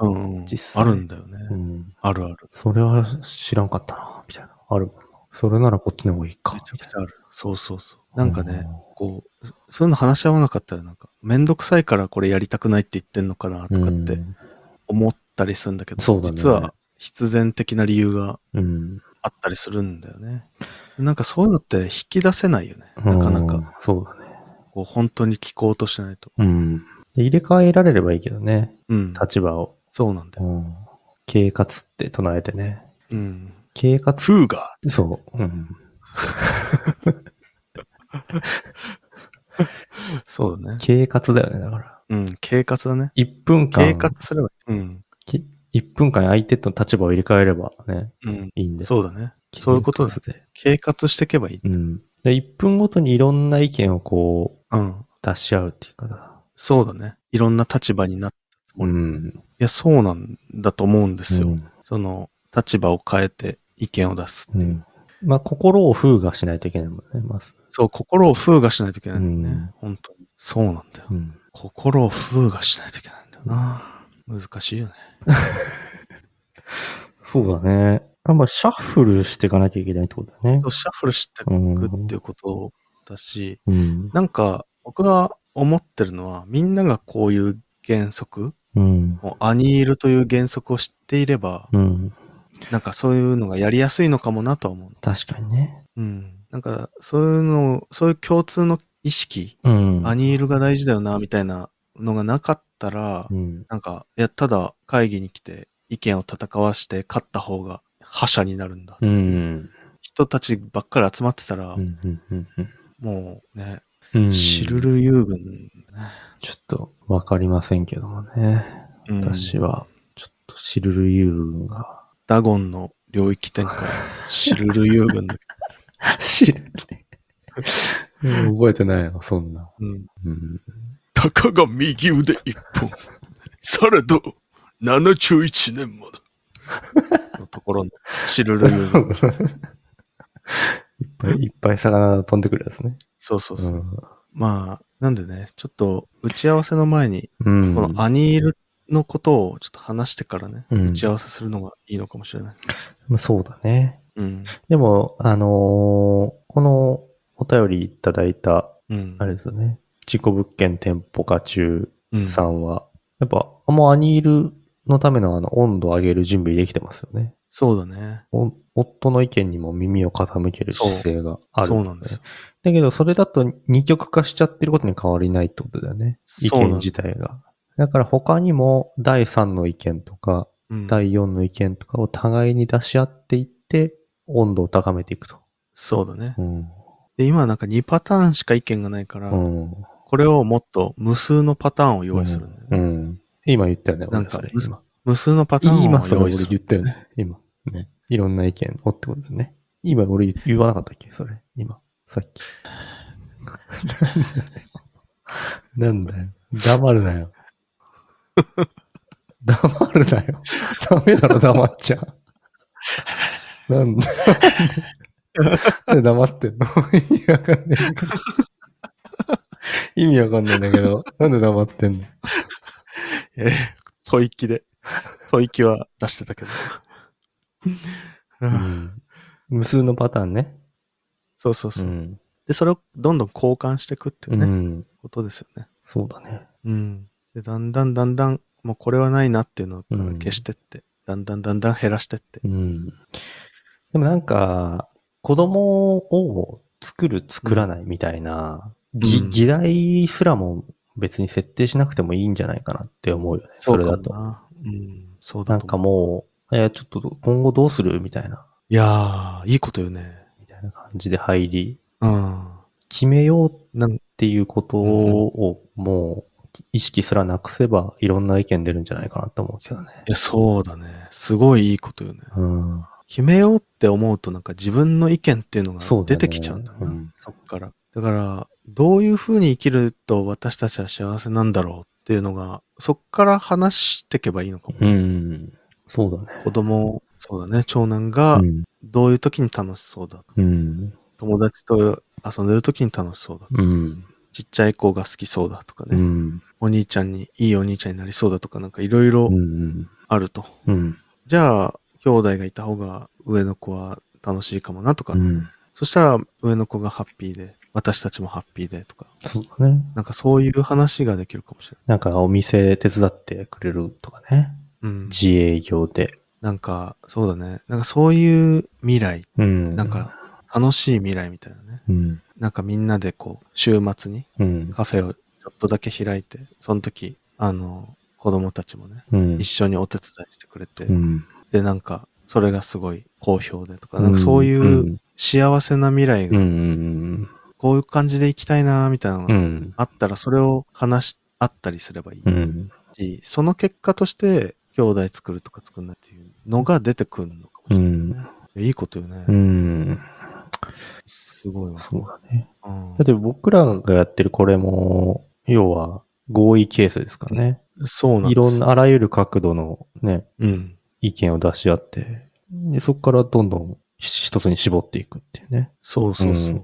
[SPEAKER 1] うん、うん。
[SPEAKER 2] 実際
[SPEAKER 1] あるんだよね。
[SPEAKER 2] うん。
[SPEAKER 1] あるある。
[SPEAKER 2] それは知らんかったな、みたいな。あるもんな。それならこっちの方がいいか
[SPEAKER 1] めち、ゃ
[SPEAKER 2] み
[SPEAKER 1] く
[SPEAKER 2] たい
[SPEAKER 1] ちゃある。そうそうそう。
[SPEAKER 2] な。
[SPEAKER 1] なんかね、こう、そそういうの話し合わなかったらなんか、めんどくさいからこれやりたくないって言ってんのかな
[SPEAKER 2] う
[SPEAKER 1] と
[SPEAKER 2] ん、
[SPEAKER 1] かって思ったりするんだけど、
[SPEAKER 2] そうだね
[SPEAKER 1] 実は必然的な理由が
[SPEAKER 2] うん。
[SPEAKER 1] あったりするんだよね。なんかそういうのって引き出せないよね。なかな
[SPEAKER 2] う
[SPEAKER 1] か、
[SPEAKER 2] ん。そうだね。
[SPEAKER 1] こう本当に聞こうとしないと。
[SPEAKER 2] うん。で入れ替えられればいいけどね、
[SPEAKER 1] うん。
[SPEAKER 2] 立場を。
[SPEAKER 1] そうなんだ
[SPEAKER 2] う
[SPEAKER 1] よ。
[SPEAKER 2] ん。啓発って唱えてね。
[SPEAKER 1] うん。
[SPEAKER 2] 啓発
[SPEAKER 1] 風が。
[SPEAKER 2] そう。うん。
[SPEAKER 1] そうだね。
[SPEAKER 2] 啓発だよね、だから。
[SPEAKER 1] うん。経活だね。
[SPEAKER 2] 1分間。
[SPEAKER 1] 経活すればいい。うん。
[SPEAKER 2] き1分間相手と立場を入れ替えればね、
[SPEAKER 1] うん。
[SPEAKER 2] いいんで。
[SPEAKER 1] そうだね。そういうことだ
[SPEAKER 2] すね。
[SPEAKER 1] 経活していけばいい。
[SPEAKER 2] うん。で、1分ごとにいろんな意見をこう、
[SPEAKER 1] うん。
[SPEAKER 2] 出し合うっていうかな。
[SPEAKER 1] そうだね。いろんな立場になったつもり。い
[SPEAKER 2] ん。
[SPEAKER 1] や、そうなんだと思うんですよ。
[SPEAKER 2] うん
[SPEAKER 1] その、立場を変えて意見を出す
[SPEAKER 2] う
[SPEAKER 1] っていう。
[SPEAKER 2] ん。まあ、心を封がしないといけないもんね、まず。
[SPEAKER 1] そう、心を封がしないといけないんだよ
[SPEAKER 2] うん
[SPEAKER 1] ね。本当に。そうなんだよ。
[SPEAKER 2] うん。
[SPEAKER 1] 心を封がしないといけないんだよな。難しいよね。
[SPEAKER 2] そうだね。あまあ、シャッフルしていかなきゃいけないってことだね
[SPEAKER 1] そう。シャッフルしてい
[SPEAKER 2] うん
[SPEAKER 1] くっていうことだし、
[SPEAKER 2] うん。
[SPEAKER 1] なんか、僕が思ってるのは、みんながこういう原則、
[SPEAKER 2] うん。
[SPEAKER 1] もうアニールという原則を知っていれば、
[SPEAKER 2] うん。
[SPEAKER 1] なんかそういうのがやりやすいのかもなとは思う。
[SPEAKER 2] 確かにね。
[SPEAKER 1] うん。なんか、そういうの、そういう共通の意識、
[SPEAKER 2] うん。
[SPEAKER 1] アニールが大事だよな、みたいなのがなかったら、
[SPEAKER 2] うん。
[SPEAKER 1] なんか、いや、ただ会議に来て意見を戦わして勝った方が覇者になるんだ。
[SPEAKER 2] うん。
[SPEAKER 1] 人たちばっかり集まってたら、
[SPEAKER 2] うん。うん。うんうん
[SPEAKER 1] もうね、
[SPEAKER 2] うん。
[SPEAKER 1] シルル遊軍、ね
[SPEAKER 2] ちょっとわかりませんけどもね。
[SPEAKER 1] うん
[SPEAKER 2] 私は、ちょっとシルル遊軍が。
[SPEAKER 1] ダゴンの
[SPEAKER 2] <laughs>
[SPEAKER 1] 領域展開、シルル遊軍だけ
[SPEAKER 2] シルル覚えてないの、そんな。
[SPEAKER 1] うん。 <laughs>
[SPEAKER 2] うん。
[SPEAKER 3] たかが右腕一本。されど、71年もだ。
[SPEAKER 1] のところの、シルルユー
[SPEAKER 2] い
[SPEAKER 1] の。
[SPEAKER 2] っぱいいっぱい魚飛んでくるやつね。
[SPEAKER 1] <laughs> そうそうそうう。
[SPEAKER 2] ん。
[SPEAKER 1] まあ、なんでね、ちょっと打ち合わせの前に、
[SPEAKER 2] うん。
[SPEAKER 1] このアニールのことをちょっと話してからね、
[SPEAKER 2] うん
[SPEAKER 1] 打ち合わせするのがいいのかもしれない。
[SPEAKER 2] まあそうだね。
[SPEAKER 1] うん。
[SPEAKER 2] でも、あのーこのお便りいただいた、
[SPEAKER 1] うん。
[SPEAKER 2] あれですよね。事故物件店舗化中
[SPEAKER 1] うん、
[SPEAKER 2] さんは、やっぱ、もうアニールのためのあの温度を上げる準備できてますよね。
[SPEAKER 1] そうだね。
[SPEAKER 2] お夫の意見にも耳を傾ける姿勢がある、
[SPEAKER 1] そうなんですよ。
[SPEAKER 2] だけど、それだと二極化しちゃってることに変わりないってことだよね。意
[SPEAKER 1] そうなん
[SPEAKER 2] 見自体が。だから他にも第三の意見とか、
[SPEAKER 1] うん、
[SPEAKER 2] 第四の意見とかを互いに出し合っていって、温度を高めていくと。
[SPEAKER 1] そうだね。
[SPEAKER 2] うん。
[SPEAKER 1] で、今はなんか2パターンしか意見がないから、
[SPEAKER 2] うん。
[SPEAKER 1] これをもっと無数のパターンを用意するんだよね。
[SPEAKER 2] うん。今言ったよね、
[SPEAKER 1] な
[SPEAKER 2] 俺
[SPEAKER 1] んか
[SPEAKER 2] それ。今。
[SPEAKER 1] 無数のパターン
[SPEAKER 2] 今
[SPEAKER 1] を
[SPEAKER 2] それ
[SPEAKER 1] 用
[SPEAKER 2] 俺
[SPEAKER 1] 意す
[SPEAKER 2] 言っ
[SPEAKER 1] る。
[SPEAKER 2] たよね。今。ね。いろんな意見をってことですね。今俺言わなかったっけそれ。今。さっき。 <laughs> なんだよ。黙るなよ。 <laughs> 黙るなよ。ダメだろ、黙っちゃう。なん <laughs> だ。なんで黙ってんの意味わかんねえんだけど。意味わかんないんだけど。なんで黙ってんの
[SPEAKER 1] ええ吐息で。吐息は出してたけど。
[SPEAKER 2] うん無数のパターンね。
[SPEAKER 1] そうそうそうう、
[SPEAKER 2] ん。
[SPEAKER 1] で、それをどんどん交換していくっていうね、
[SPEAKER 2] うん。
[SPEAKER 1] ことですよね。
[SPEAKER 2] そうだね。
[SPEAKER 1] うん。で、だんだんだんだん、もうこれはないなっていうのを
[SPEAKER 2] うん
[SPEAKER 1] 消してって、だんだんだんだん減らしてって。
[SPEAKER 2] うん。でもなんか、子供を作る、作らないみたいな、ぎ
[SPEAKER 1] うん
[SPEAKER 2] 議題すらも別に設定しなくてもいいんじゃないかなって思うよね。それ
[SPEAKER 1] か
[SPEAKER 2] だ
[SPEAKER 1] も
[SPEAKER 2] と。
[SPEAKER 1] な。うん。そう
[SPEAKER 2] な
[SPEAKER 1] だ
[SPEAKER 2] ん
[SPEAKER 1] と
[SPEAKER 2] か
[SPEAKER 1] 思う。
[SPEAKER 2] もう、いや、ちょっと今後どうするみたいな、
[SPEAKER 1] いやー、いいこと言うね。
[SPEAKER 2] みたいな感じで入り、
[SPEAKER 1] うん。
[SPEAKER 2] 決めようっ
[SPEAKER 1] なん
[SPEAKER 2] ていうことをもう意識すらなくせば、いろんな意見出るんじゃないかなと思うけどね。
[SPEAKER 1] いやそうだね。すごいいいこと言うね。
[SPEAKER 2] うん。
[SPEAKER 1] 決めようって思うとなんか自分の意見っていうの
[SPEAKER 2] そう
[SPEAKER 1] が
[SPEAKER 2] だね
[SPEAKER 1] 出てきちゃうんだ
[SPEAKER 2] う
[SPEAKER 1] な。
[SPEAKER 2] ん
[SPEAKER 1] そっから。だから、どういう風に生きると私たちは幸せなんだろうっていうのが、そっから話していけばいいのかも。
[SPEAKER 2] うん。そうだね。
[SPEAKER 1] 子供、そうだね、長男が
[SPEAKER 2] うん
[SPEAKER 1] どういう時に楽しそうだ。
[SPEAKER 2] うん。
[SPEAKER 1] 友達と遊んでる時に楽しそうだ。
[SPEAKER 2] うん。
[SPEAKER 1] ちっちゃい子が好きそうだとか
[SPEAKER 2] う
[SPEAKER 1] ね。
[SPEAKER 2] ん。
[SPEAKER 1] お兄ちゃんに、いいお兄ちゃんになりそうだとかなんかいろいろ
[SPEAKER 2] うん。
[SPEAKER 1] あると。
[SPEAKER 2] うん。
[SPEAKER 1] じゃあ、兄弟がいた方が上の子は楽しいかもなとか、
[SPEAKER 2] うん。
[SPEAKER 1] そしたら上の子がハッピーで、私たちもハッピーでとか、
[SPEAKER 2] そうだね。
[SPEAKER 1] なんかそういう話ができるかもしれ
[SPEAKER 2] なんかお店手伝ってくれるとかね。
[SPEAKER 1] ない。うん。
[SPEAKER 2] 自営業で。
[SPEAKER 1] なんか、そうだね。なんかそういう未来、
[SPEAKER 2] うん。
[SPEAKER 1] なん。か楽しい未来みたいなね。
[SPEAKER 2] うん。
[SPEAKER 1] なんかみんなでこう、週末に
[SPEAKER 2] うん。
[SPEAKER 1] カフェをちょっとだけ開いて、その時、あの、子供たちもね、
[SPEAKER 2] うん
[SPEAKER 1] 一。緒にお手伝いしてくれて、
[SPEAKER 2] うん。
[SPEAKER 1] で、なんか、それがすごい好評でとか、なんかそういうう。幸せな未来
[SPEAKER 2] う
[SPEAKER 1] が、
[SPEAKER 2] ん。
[SPEAKER 1] こういう感じで行きたいなーみたいなの
[SPEAKER 2] う
[SPEAKER 1] が
[SPEAKER 2] ん。
[SPEAKER 1] あったら、それを話し合ったりすればいい。
[SPEAKER 2] うん。
[SPEAKER 1] しその結果として、兄弟作るとか作んないっていうのが出てくるのかもしれ
[SPEAKER 2] う
[SPEAKER 1] ない。
[SPEAKER 2] ん。
[SPEAKER 1] いいことよね。
[SPEAKER 2] うん。
[SPEAKER 1] すごいわ。
[SPEAKER 2] そうだね。
[SPEAKER 1] うん
[SPEAKER 2] だって僕らがやってるこれも、要は合意ケースですからね。
[SPEAKER 1] そうなんです
[SPEAKER 2] いろん。な、あらゆる角度のね、
[SPEAKER 1] うん。
[SPEAKER 2] 意見を出し合って、でそこからどんどんひ一つに絞っていくっていうね。
[SPEAKER 1] そうそうそう。
[SPEAKER 2] うん
[SPEAKER 1] い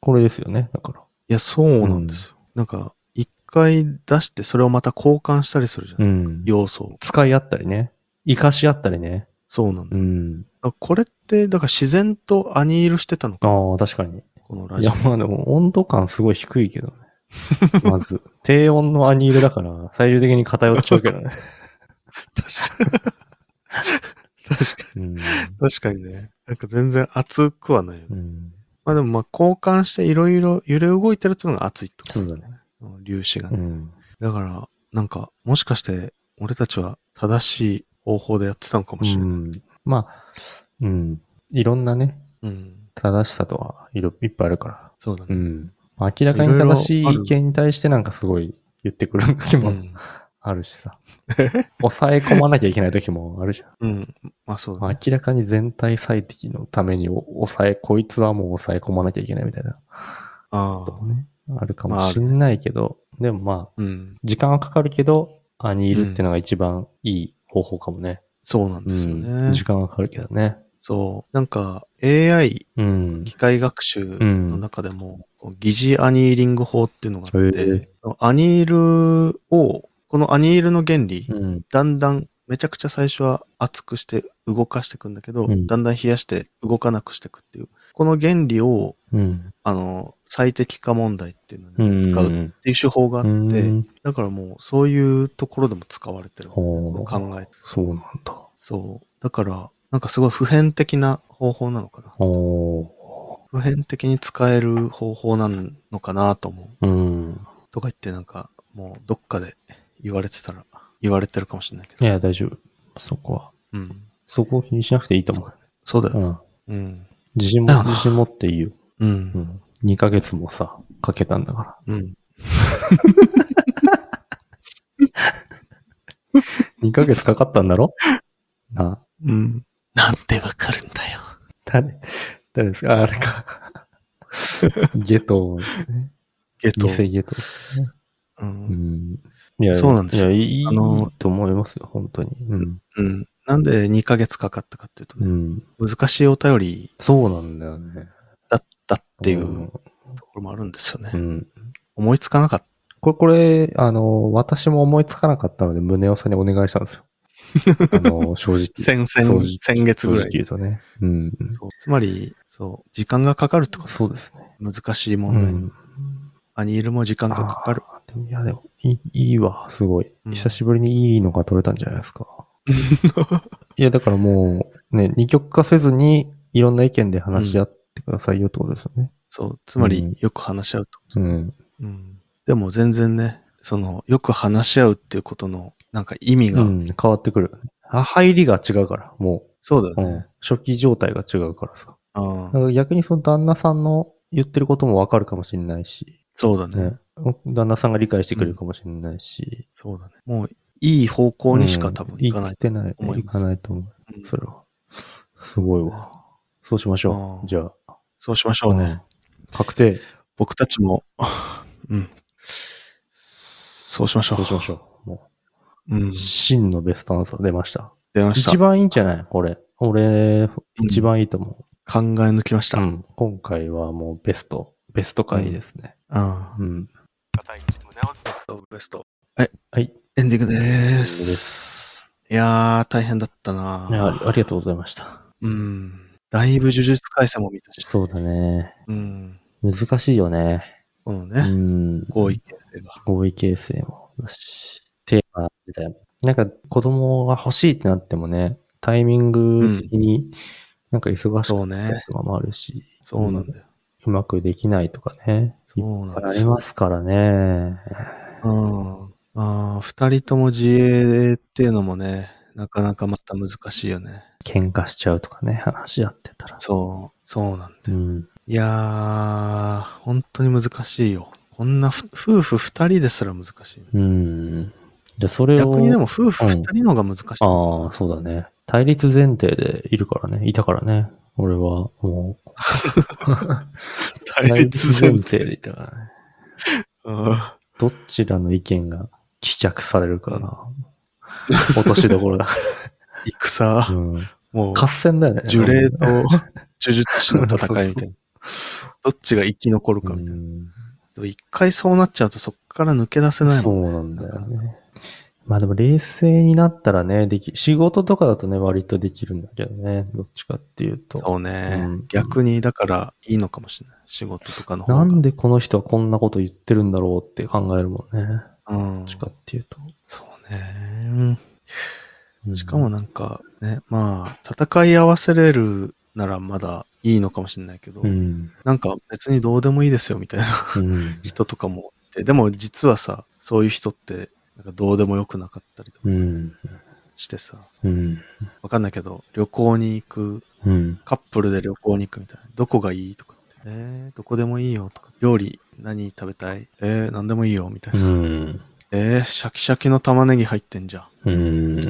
[SPEAKER 2] これですよね、だから。
[SPEAKER 1] や、そうなんですよ。なんか、一回出して、それをまた交換したりするじゃん。
[SPEAKER 2] うん。
[SPEAKER 1] 要素を。
[SPEAKER 2] 使い合ったりね。活かし合ったりね。
[SPEAKER 1] そうなんだ
[SPEAKER 2] う。ん。
[SPEAKER 1] あこれって、だから自然とアニールしてたのか。
[SPEAKER 2] ああ、確かに。
[SPEAKER 1] このラ
[SPEAKER 2] い
[SPEAKER 1] ジオ
[SPEAKER 2] や、。まあでも温度感すごい低いけどね。 <laughs> まず、低温のアニールだから、最終的に偏っちゃうけ <laughs> どね。
[SPEAKER 1] 確かに。
[SPEAKER 2] うん。
[SPEAKER 1] <laughs> 確かにね。なんか全然熱くはないよね。
[SPEAKER 2] うん、
[SPEAKER 1] まあでもまあ交換していろいろ揺れ動いてるっていうのが熱いってこと
[SPEAKER 2] そうだね。
[SPEAKER 1] 粒子が
[SPEAKER 2] う
[SPEAKER 1] ね。
[SPEAKER 2] ん。
[SPEAKER 1] だから、なんか、もしかして、俺たちは正しい方法でやってたのかも
[SPEAKER 2] う
[SPEAKER 1] しれない。
[SPEAKER 2] ん、まあ、うん。いろんなね、
[SPEAKER 1] うん。
[SPEAKER 2] 正しさとはいろいっぱいあるから。
[SPEAKER 1] そうだ
[SPEAKER 2] う
[SPEAKER 1] ね。
[SPEAKER 2] ん。明らかに正しい意見に対してなんかすごい言ってくる時
[SPEAKER 1] う
[SPEAKER 2] も
[SPEAKER 1] ん。
[SPEAKER 2] あるしさ。抑え込まなきゃいけない時もあるじゃ
[SPEAKER 1] う
[SPEAKER 2] ん。
[SPEAKER 1] ん。まあそうだね。
[SPEAKER 2] 明らかに全体最適のために抑え、こいつはもう抑え込まなきゃいけないみたいな
[SPEAKER 1] あ
[SPEAKER 2] と
[SPEAKER 1] あ。
[SPEAKER 2] かね、あるかもしんないけど、でもまあ、
[SPEAKER 1] うん。
[SPEAKER 2] 時間はかかるけど、アニールってのが一番いい方法かもね。
[SPEAKER 1] そうなん
[SPEAKER 2] う
[SPEAKER 1] ですよね。
[SPEAKER 2] ん。時間はかかるけどね。
[SPEAKER 1] そう。なんか AI、
[SPEAKER 2] うん
[SPEAKER 1] 機。械学習の中でも、こう疑似アニーリング法っていうのがあって、
[SPEAKER 2] へえ
[SPEAKER 1] アニールを、このアニールの原理、
[SPEAKER 2] うん。
[SPEAKER 1] だんだんめちゃくちゃ最初は熱くして動かしていくんだけど、
[SPEAKER 2] うん
[SPEAKER 1] だんだん冷やして動かなくしていくっていう、この原理を、
[SPEAKER 2] うん。
[SPEAKER 1] あの、最適化問題っていう
[SPEAKER 2] う
[SPEAKER 1] のに
[SPEAKER 2] ん。
[SPEAKER 1] 使うっていう手法があって、
[SPEAKER 2] うん
[SPEAKER 1] だからもうそういうところでも使われてる。
[SPEAKER 2] ほう
[SPEAKER 1] 考えて。
[SPEAKER 2] そうなんだ。
[SPEAKER 1] そう。だから、なんかすごい普遍的な方法なのかな。
[SPEAKER 2] ほ
[SPEAKER 1] 普遍的に使える方法なのかなと思う。
[SPEAKER 2] う。うん。
[SPEAKER 1] とか言ってなんか、もうどっかで言われてたら、言われてるかもしれないけ
[SPEAKER 2] い
[SPEAKER 1] ど。
[SPEAKER 2] や、大丈夫。そこは。
[SPEAKER 1] うん。
[SPEAKER 2] そこを気にしなくていいと
[SPEAKER 1] そ
[SPEAKER 2] 思
[SPEAKER 1] うだね。そうだよ
[SPEAKER 2] う。
[SPEAKER 1] ね。
[SPEAKER 2] うん。
[SPEAKER 1] うん。
[SPEAKER 2] 自信
[SPEAKER 1] だ
[SPEAKER 2] も
[SPEAKER 1] よ、な
[SPEAKER 2] 自信持っていいよ。
[SPEAKER 1] うん。
[SPEAKER 2] うん。2ヶ月もさ、かけたんだから。
[SPEAKER 1] うん。
[SPEAKER 2] 2ヶ月かかったん
[SPEAKER 1] <laughs>
[SPEAKER 2] だろなあ。
[SPEAKER 1] うん。なんでわかるんだよ。
[SPEAKER 2] 誰、誰ですかあ、あれか。 <laughs> ゲトですね。
[SPEAKER 1] えっと、
[SPEAKER 2] 偽ゲトです
[SPEAKER 1] う。
[SPEAKER 2] うんんいや
[SPEAKER 1] そうなんですよ
[SPEAKER 2] いや、いい
[SPEAKER 1] あの
[SPEAKER 2] いいと思いますよ、本当に。うん。
[SPEAKER 1] うん。なんで2ヶ月かかったかっていうと
[SPEAKER 2] う
[SPEAKER 1] ね、
[SPEAKER 2] ん。
[SPEAKER 1] 難しいお便り
[SPEAKER 2] そうなんだよね。
[SPEAKER 1] だったっていうんところもあるんですよね。
[SPEAKER 2] うん。
[SPEAKER 1] 思いつかなかっ
[SPEAKER 2] これ、これ、あの、私も思いつかなかったので、胸尾さんにお願いしたんです
[SPEAKER 1] <laughs>
[SPEAKER 2] よ。あの、正直。
[SPEAKER 1] た。先、先
[SPEAKER 2] そう、
[SPEAKER 1] 先月
[SPEAKER 2] 正
[SPEAKER 1] ぐら
[SPEAKER 2] 直
[SPEAKER 1] い。
[SPEAKER 2] 言うとね。うん。
[SPEAKER 1] そうつまり、そう、時間がかかるってこと
[SPEAKER 2] そうですね。
[SPEAKER 1] 難しいう問題。
[SPEAKER 2] ん。
[SPEAKER 1] アニールも時間がかかる。
[SPEAKER 2] あーでもいや、でも、いい、いいわ、すごい。
[SPEAKER 1] うん
[SPEAKER 2] 久しぶりにいいのが取れたんじゃないです
[SPEAKER 1] <laughs>
[SPEAKER 2] か。いや、だからもう、ね、二極化せずに、いろんな意見で話し合ってくださいよってことですよね。
[SPEAKER 1] そう、つま
[SPEAKER 2] うん
[SPEAKER 1] りよく話し合うと。
[SPEAKER 2] うん。
[SPEAKER 1] うんでも全然ね、その、よく話し合うっていうことの、なんか意味
[SPEAKER 2] う
[SPEAKER 1] が、
[SPEAKER 2] ん、変わってくる。あ入りが違うから、も
[SPEAKER 1] そうだよ
[SPEAKER 2] う。う
[SPEAKER 1] ね
[SPEAKER 2] ん。。初期状態が違うからさ。
[SPEAKER 1] あ
[SPEAKER 2] だ
[SPEAKER 1] あ
[SPEAKER 2] から逆にその旦那さんの言ってることもわかるかもしれないし、
[SPEAKER 1] そうだね。
[SPEAKER 2] ね。旦那さんが理解してくれるかもしれないし。
[SPEAKER 1] そうだね。もう、いい方向にしか
[SPEAKER 2] うん
[SPEAKER 1] 多分いかない
[SPEAKER 2] 行っ。てない。
[SPEAKER 1] 思
[SPEAKER 2] 行
[SPEAKER 1] います
[SPEAKER 2] かないと思う。
[SPEAKER 1] うん
[SPEAKER 2] それは。すごいわ。そうしましょ
[SPEAKER 1] あ
[SPEAKER 2] う。
[SPEAKER 1] ー
[SPEAKER 2] じゃあ。
[SPEAKER 1] そうしましょうね。
[SPEAKER 2] うん。確定。
[SPEAKER 1] 僕たちも、 <laughs> うん。そうしましょう
[SPEAKER 2] そう。しましょう。も
[SPEAKER 1] うん
[SPEAKER 2] う、。真のベストアンサー出ました。
[SPEAKER 1] 出ました。
[SPEAKER 2] 一番いいんじゃないこれ。俺、一番いいと思
[SPEAKER 1] 考え抜きまし
[SPEAKER 2] う。
[SPEAKER 1] た。
[SPEAKER 2] う
[SPEAKER 1] あ
[SPEAKER 2] ん。今回はもうベスト、ベスト回ですね。
[SPEAKER 1] あ
[SPEAKER 2] うん。
[SPEAKER 1] ベスト、ベスト。
[SPEAKER 2] はい。
[SPEAKER 1] エンディングで
[SPEAKER 2] ンディングで
[SPEAKER 1] ーす。いやー、大変だったな
[SPEAKER 2] ねありありがとうございました。
[SPEAKER 1] うん。だいぶ呪術改正も見たし。
[SPEAKER 2] そうだね。
[SPEAKER 1] うん。
[SPEAKER 2] 難しいよね。
[SPEAKER 1] このね
[SPEAKER 2] う、ん。
[SPEAKER 1] 合意形成が。
[SPEAKER 2] 合意形成もだし、テーマみたいな。なんか子供が欲しいってなってもね、タイミング的になんか忙し
[SPEAKER 1] そう
[SPEAKER 2] くな
[SPEAKER 1] ね
[SPEAKER 2] る。とかもあるし、
[SPEAKER 1] そうなんだよ。
[SPEAKER 2] うまくできないとかね。いっ
[SPEAKER 1] そうなん
[SPEAKER 2] ぱいあ
[SPEAKER 1] で
[SPEAKER 2] り
[SPEAKER 1] すよ。
[SPEAKER 2] ますからね。
[SPEAKER 1] うん。まあ、二人とも自衛っていうのもね、なかなかまた難しいよね。
[SPEAKER 2] 喧嘩しちゃうとかね、話し合ってたら。
[SPEAKER 1] そう、そうなんだ。
[SPEAKER 2] うん。
[SPEAKER 1] いやー、本当に難しいよ。こんなふ夫婦二人ですら難しい。
[SPEAKER 2] うん。じゃあそれを。
[SPEAKER 1] 逆にでも夫婦二人のが難しい。<laughs>
[SPEAKER 2] ああ、そうだね。対立前提でいるからね、いたからね。俺は、も
[SPEAKER 1] <laughs>
[SPEAKER 2] う、対立前提でいたからね。
[SPEAKER 1] あ
[SPEAKER 2] どちらの意見が棄却される
[SPEAKER 1] <laughs>
[SPEAKER 2] かな。落としどころだ。
[SPEAKER 1] ー戦、
[SPEAKER 2] うん。
[SPEAKER 1] もう、
[SPEAKER 2] 合戦だよね。
[SPEAKER 1] 呪霊と呪術師の戦いみたい
[SPEAKER 2] <laughs>
[SPEAKER 1] な。どっちが生き残る
[SPEAKER 2] う
[SPEAKER 1] かみたいな。
[SPEAKER 2] ん。
[SPEAKER 1] でも一回そうなっちゃうとそこから抜け出せない
[SPEAKER 2] そ
[SPEAKER 1] もん。
[SPEAKER 2] うなんだよね。まあでも冷静になったらね、でき、仕事とかだとね、割とできるんだけどね。どっちかっていうと。
[SPEAKER 1] そうね。
[SPEAKER 2] うん
[SPEAKER 1] 逆に、だからいいのかもしれない。仕事とかの方が。
[SPEAKER 2] なんでこの人はこんなこと言ってるんだろうって考えるもんね。
[SPEAKER 1] う
[SPEAKER 2] ど
[SPEAKER 1] ん
[SPEAKER 2] っちかっていうと。
[SPEAKER 1] そうね。
[SPEAKER 2] うん
[SPEAKER 1] しかもなんかね、まあ、戦い合わせれるならまだいいのかもしれないけど、
[SPEAKER 2] うん。
[SPEAKER 1] なんか別にどうでもいいですよみたいな <laughs>
[SPEAKER 2] うん。
[SPEAKER 1] 人とかもいて、でも実はさ、そういう人って、なんかどうでもよくなかったりとか
[SPEAKER 2] う
[SPEAKER 1] さ
[SPEAKER 2] ん。
[SPEAKER 1] してさ、
[SPEAKER 2] うん。
[SPEAKER 1] わかんないけど、旅行に行く、
[SPEAKER 2] うん。
[SPEAKER 1] カップルで旅行に行くみたいな、どこがいいとかって、えー、どこでもいいよとか、料理何食べたいえー、何でもいいよみたいうな、
[SPEAKER 2] ん。
[SPEAKER 1] えー、シャキシャキの玉ねぎ入ってんじゃん。
[SPEAKER 2] うん。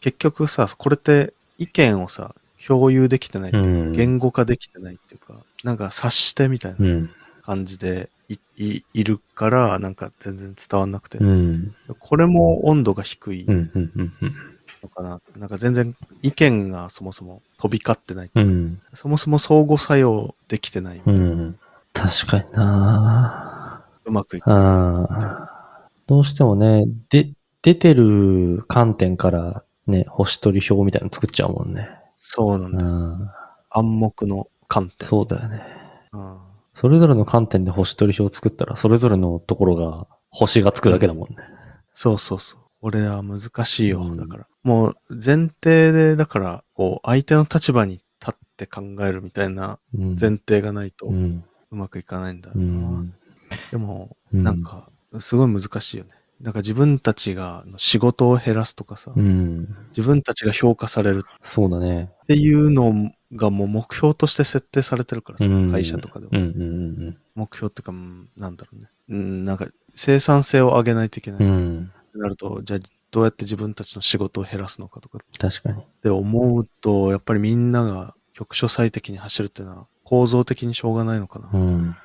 [SPEAKER 1] 結局さ、これって意見をさ、共有できてない、
[SPEAKER 2] うん。
[SPEAKER 1] 言語化できてないっていうか、なんか察してみたいな
[SPEAKER 2] うん。
[SPEAKER 1] 感じでいいいるから、なんか全然伝わんなくて。
[SPEAKER 2] うん。
[SPEAKER 1] これも温度が低い
[SPEAKER 2] うん、うん、うん
[SPEAKER 1] のかな。なんか全然意見がそもそも飛び交ってない。
[SPEAKER 2] うん。うん。
[SPEAKER 1] そもそも相互作用できてない。
[SPEAKER 2] う。
[SPEAKER 1] うん
[SPEAKER 2] 確かにな
[SPEAKER 1] まくいく。
[SPEAKER 2] ああ。どうしてもね、で、出てる観点からね、星取り表みたいなの作っちゃうもんね。
[SPEAKER 1] そうなん
[SPEAKER 2] う
[SPEAKER 1] だ。
[SPEAKER 2] ん。
[SPEAKER 1] 暗黙の観点。
[SPEAKER 2] そうだよね。
[SPEAKER 1] うん
[SPEAKER 2] それぞれの観点で星取り表を作ったら、それぞれのところが星がつくだけだもんね。
[SPEAKER 1] そうそうそう。俺は難しいよ。
[SPEAKER 2] うん
[SPEAKER 1] だから。もう前提で、だから、こう、相手の立場に立って考えるみたいな
[SPEAKER 2] うん。
[SPEAKER 1] 前提がないと
[SPEAKER 2] う。
[SPEAKER 1] うんまくいかないんだよ
[SPEAKER 2] う
[SPEAKER 1] な。
[SPEAKER 2] ん。
[SPEAKER 1] でも、
[SPEAKER 2] うん
[SPEAKER 1] なんか、すごい難しいよね。なんか自分たちが仕事を減らすとかさ、
[SPEAKER 2] うん。
[SPEAKER 1] 自分たちが評価される
[SPEAKER 2] そうだね。
[SPEAKER 1] っていうのがもう目標として設定されてるからさ、
[SPEAKER 2] うん
[SPEAKER 1] 会社とかでも。
[SPEAKER 2] うんうん
[SPEAKER 1] 目標っていうか、うんなんだろうね。うん、なんか生産性を上げないといけない。
[SPEAKER 2] うんう
[SPEAKER 1] っ
[SPEAKER 2] ん。うん。
[SPEAKER 1] てなると、じゃあどうやって自分たちの仕事を減らすのかとか
[SPEAKER 2] 確かに。
[SPEAKER 1] って思うと、やっぱりみんなが局所最適に走るっていうのは構造的にしょうがないのかな。
[SPEAKER 2] う
[SPEAKER 1] い
[SPEAKER 2] ん。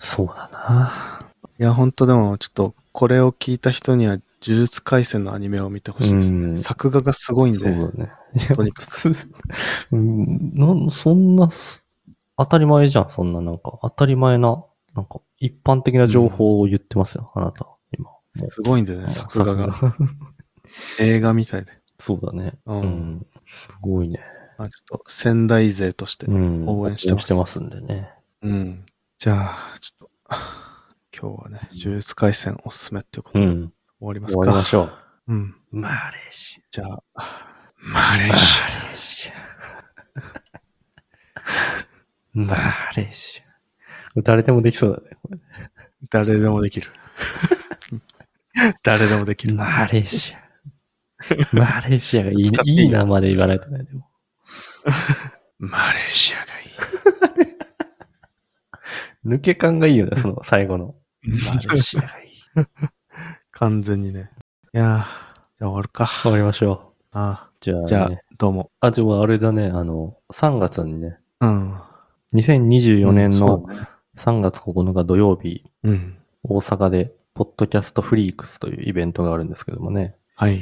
[SPEAKER 2] そうだな
[SPEAKER 1] や、ほんとでもちょっとこれを聞いた人には呪術廻戦のアニメを見てほしいですね。
[SPEAKER 2] うん
[SPEAKER 1] 作画がすごいん
[SPEAKER 2] そうだ
[SPEAKER 1] で、
[SPEAKER 2] ね。
[SPEAKER 1] とにか
[SPEAKER 2] 普通、うん、なんそんな、当たり前じゃん、そんななんか。当たり前な、なんか、一般的な情報を言ってますよ、あなた、今。
[SPEAKER 1] くすごいんでね、作画が。。映画みたいで。
[SPEAKER 2] そうだね。
[SPEAKER 1] うん
[SPEAKER 2] うん。すごいね。
[SPEAKER 1] あちょっと仙台勢として。
[SPEAKER 2] うん。
[SPEAKER 1] 応援してます
[SPEAKER 2] 応援してますんでね。
[SPEAKER 1] うん。じゃあ、ちょっと、今日はね、呪術廻戦おすすめっていうこと
[SPEAKER 2] う
[SPEAKER 1] で終
[SPEAKER 2] ん。
[SPEAKER 1] わります
[SPEAKER 2] 終
[SPEAKER 1] か。
[SPEAKER 2] わりましょ
[SPEAKER 1] うん。
[SPEAKER 2] う。マレーシ
[SPEAKER 1] じゃあ、マレー
[SPEAKER 2] ア。マレ
[SPEAKER 1] シ
[SPEAKER 2] ーシア。マレーシア。誰でもできそうだね。これ
[SPEAKER 1] ア、誰でもでき
[SPEAKER 2] <laughs>
[SPEAKER 1] る。誰でもできる。
[SPEAKER 2] マレーシア。マレーシアがいい,、
[SPEAKER 1] 使
[SPEAKER 2] ね
[SPEAKER 1] っ、ていい
[SPEAKER 2] いいなまで言わないとね。でも
[SPEAKER 1] マレーシアがいい。
[SPEAKER 2] 抜け感がいいよね、その最後の。マレーシアがいい。
[SPEAKER 1] 完全にね。いやー、じゃあ終わるか。
[SPEAKER 2] 終わりましょう。
[SPEAKER 1] あ
[SPEAKER 2] じゃあ、ね、
[SPEAKER 1] ーじゃあ、どうも。
[SPEAKER 2] あ、でもあれだね、あの、3月にね、
[SPEAKER 1] うん。
[SPEAKER 2] 2024年
[SPEAKER 1] う
[SPEAKER 2] の
[SPEAKER 1] ん。そうだね
[SPEAKER 2] 3月9日土曜日、
[SPEAKER 1] うん。
[SPEAKER 2] 大阪で、ポッドキャストフリークスというイベントがあるんですけどもね、
[SPEAKER 1] はい。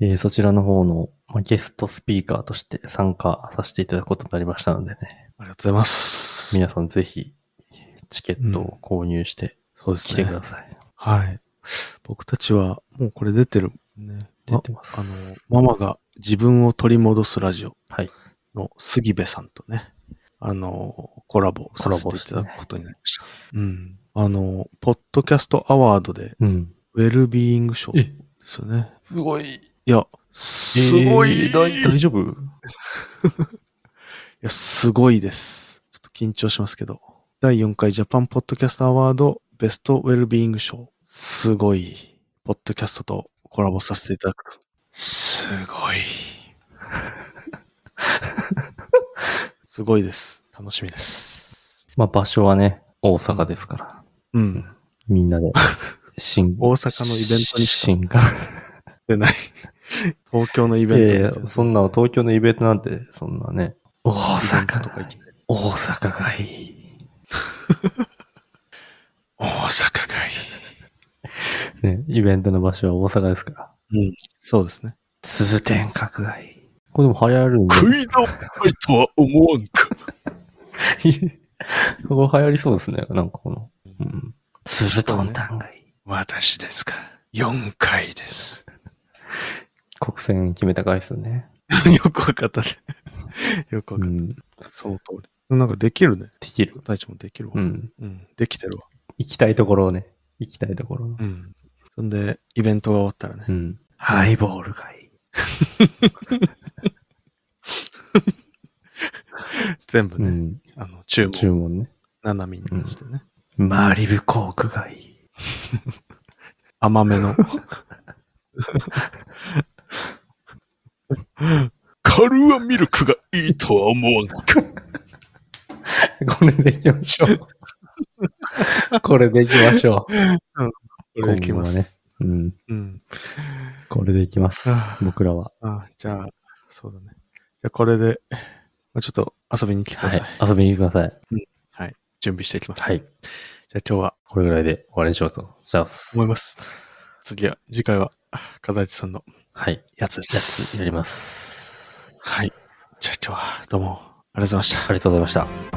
[SPEAKER 2] えーそちらの方のまあゲストスピーカーとして参加させていただくことになりましたのでね、
[SPEAKER 1] ありがとうございます。
[SPEAKER 2] 皆さんぜひ、チケットを購入して
[SPEAKER 1] そうで
[SPEAKER 2] 来
[SPEAKER 1] す
[SPEAKER 2] て
[SPEAKER 1] ね
[SPEAKER 2] く。ださい。
[SPEAKER 1] はい。僕たちは、もうこれ出てるね。
[SPEAKER 2] 出てます
[SPEAKER 1] あの、ママが自分を取り戻すラジオ
[SPEAKER 2] はい。
[SPEAKER 1] の杉部さんとね、あの、コラボさせていただくことになりました。うん。あの、ポッドキャストアワードで、
[SPEAKER 2] うん。
[SPEAKER 1] ウェルビーイング賞で
[SPEAKER 2] え、
[SPEAKER 1] すよね。
[SPEAKER 2] すごい。
[SPEAKER 1] いや、すごい、
[SPEAKER 2] えー大大丈夫
[SPEAKER 1] いや、すごいです。ちょっと緊張しますけど。第4回ジャパンポッドキャストアワードベストウェルビーイング賞。すごい。ポッドキャストとコラボさせていただくと。すごい。すごいです。楽しみです。
[SPEAKER 2] まあ場所はね、大阪ですから、
[SPEAKER 1] うん。
[SPEAKER 2] みん
[SPEAKER 1] <laughs>
[SPEAKER 2] なで、新
[SPEAKER 1] 大阪のイベントにしか
[SPEAKER 2] 新幹
[SPEAKER 1] でない。東京のイベント
[SPEAKER 2] え
[SPEAKER 1] ですよ
[SPEAKER 2] え、そんなの東京のイベントなんて、そんなね。大
[SPEAKER 1] イベントとか行きたい
[SPEAKER 2] 大阪がいい。
[SPEAKER 1] 大阪がい
[SPEAKER 2] ね、イベントの場所は大阪ですから。
[SPEAKER 1] い。うん。そうですね。
[SPEAKER 2] 鈴天閣がいい。これでも流行るんで。
[SPEAKER 3] 食い倒れとは思わんか。
[SPEAKER 2] <laughs> これ流行りそうですね。なんかこの。うん。鈴トンタンがいい。
[SPEAKER 3] 私ですか。4回です。
[SPEAKER 2] 国選決めた回数ね。
[SPEAKER 1] よくわかったね。 <laughs> よくわ
[SPEAKER 2] う
[SPEAKER 1] かっ
[SPEAKER 2] ん。で
[SPEAKER 1] た。その通り。なんかできるね。
[SPEAKER 2] きる。
[SPEAKER 1] 大地もできるわ。
[SPEAKER 2] うん。
[SPEAKER 1] うん、できてるわ。
[SPEAKER 2] 行きたいところをね。行きたいところの。
[SPEAKER 1] うん。そんで、イベントが終わったらね、
[SPEAKER 2] うん。ハイボールがいい。
[SPEAKER 1] 全部
[SPEAKER 2] う
[SPEAKER 1] ね、
[SPEAKER 2] ん。
[SPEAKER 1] あの、注文、
[SPEAKER 2] 注文ね。
[SPEAKER 1] ななみにしてね、
[SPEAKER 2] マリブコークがいい。
[SPEAKER 1] 甘めの、
[SPEAKER 3] カルアミルクがいいとは思わんか。
[SPEAKER 2] <laughs> これでいきましょ <laughs> う。これでいきましょ
[SPEAKER 1] これでいきます。
[SPEAKER 2] 今後う。うん。
[SPEAKER 1] うん。
[SPEAKER 2] これでいきます
[SPEAKER 1] あ。
[SPEAKER 2] 僕らは。
[SPEAKER 1] あじゃあ、そうだね。じゃあ、これで、まあちょっと遊びに来てくだ
[SPEAKER 2] は
[SPEAKER 1] さ
[SPEAKER 2] い
[SPEAKER 1] い。。
[SPEAKER 2] 遊びに来てください。
[SPEAKER 1] はい。準備していきます。
[SPEAKER 2] はい。
[SPEAKER 1] じゃあ今日は
[SPEAKER 2] これぐらいで終わりにしようとします。
[SPEAKER 1] 思います。次は、次回は、片市さんの
[SPEAKER 2] はい。
[SPEAKER 1] やつで
[SPEAKER 2] やつ
[SPEAKER 1] す。
[SPEAKER 2] やります。
[SPEAKER 1] はい。じゃあ今日はどうもありがとうございました。
[SPEAKER 2] ありがとうございました。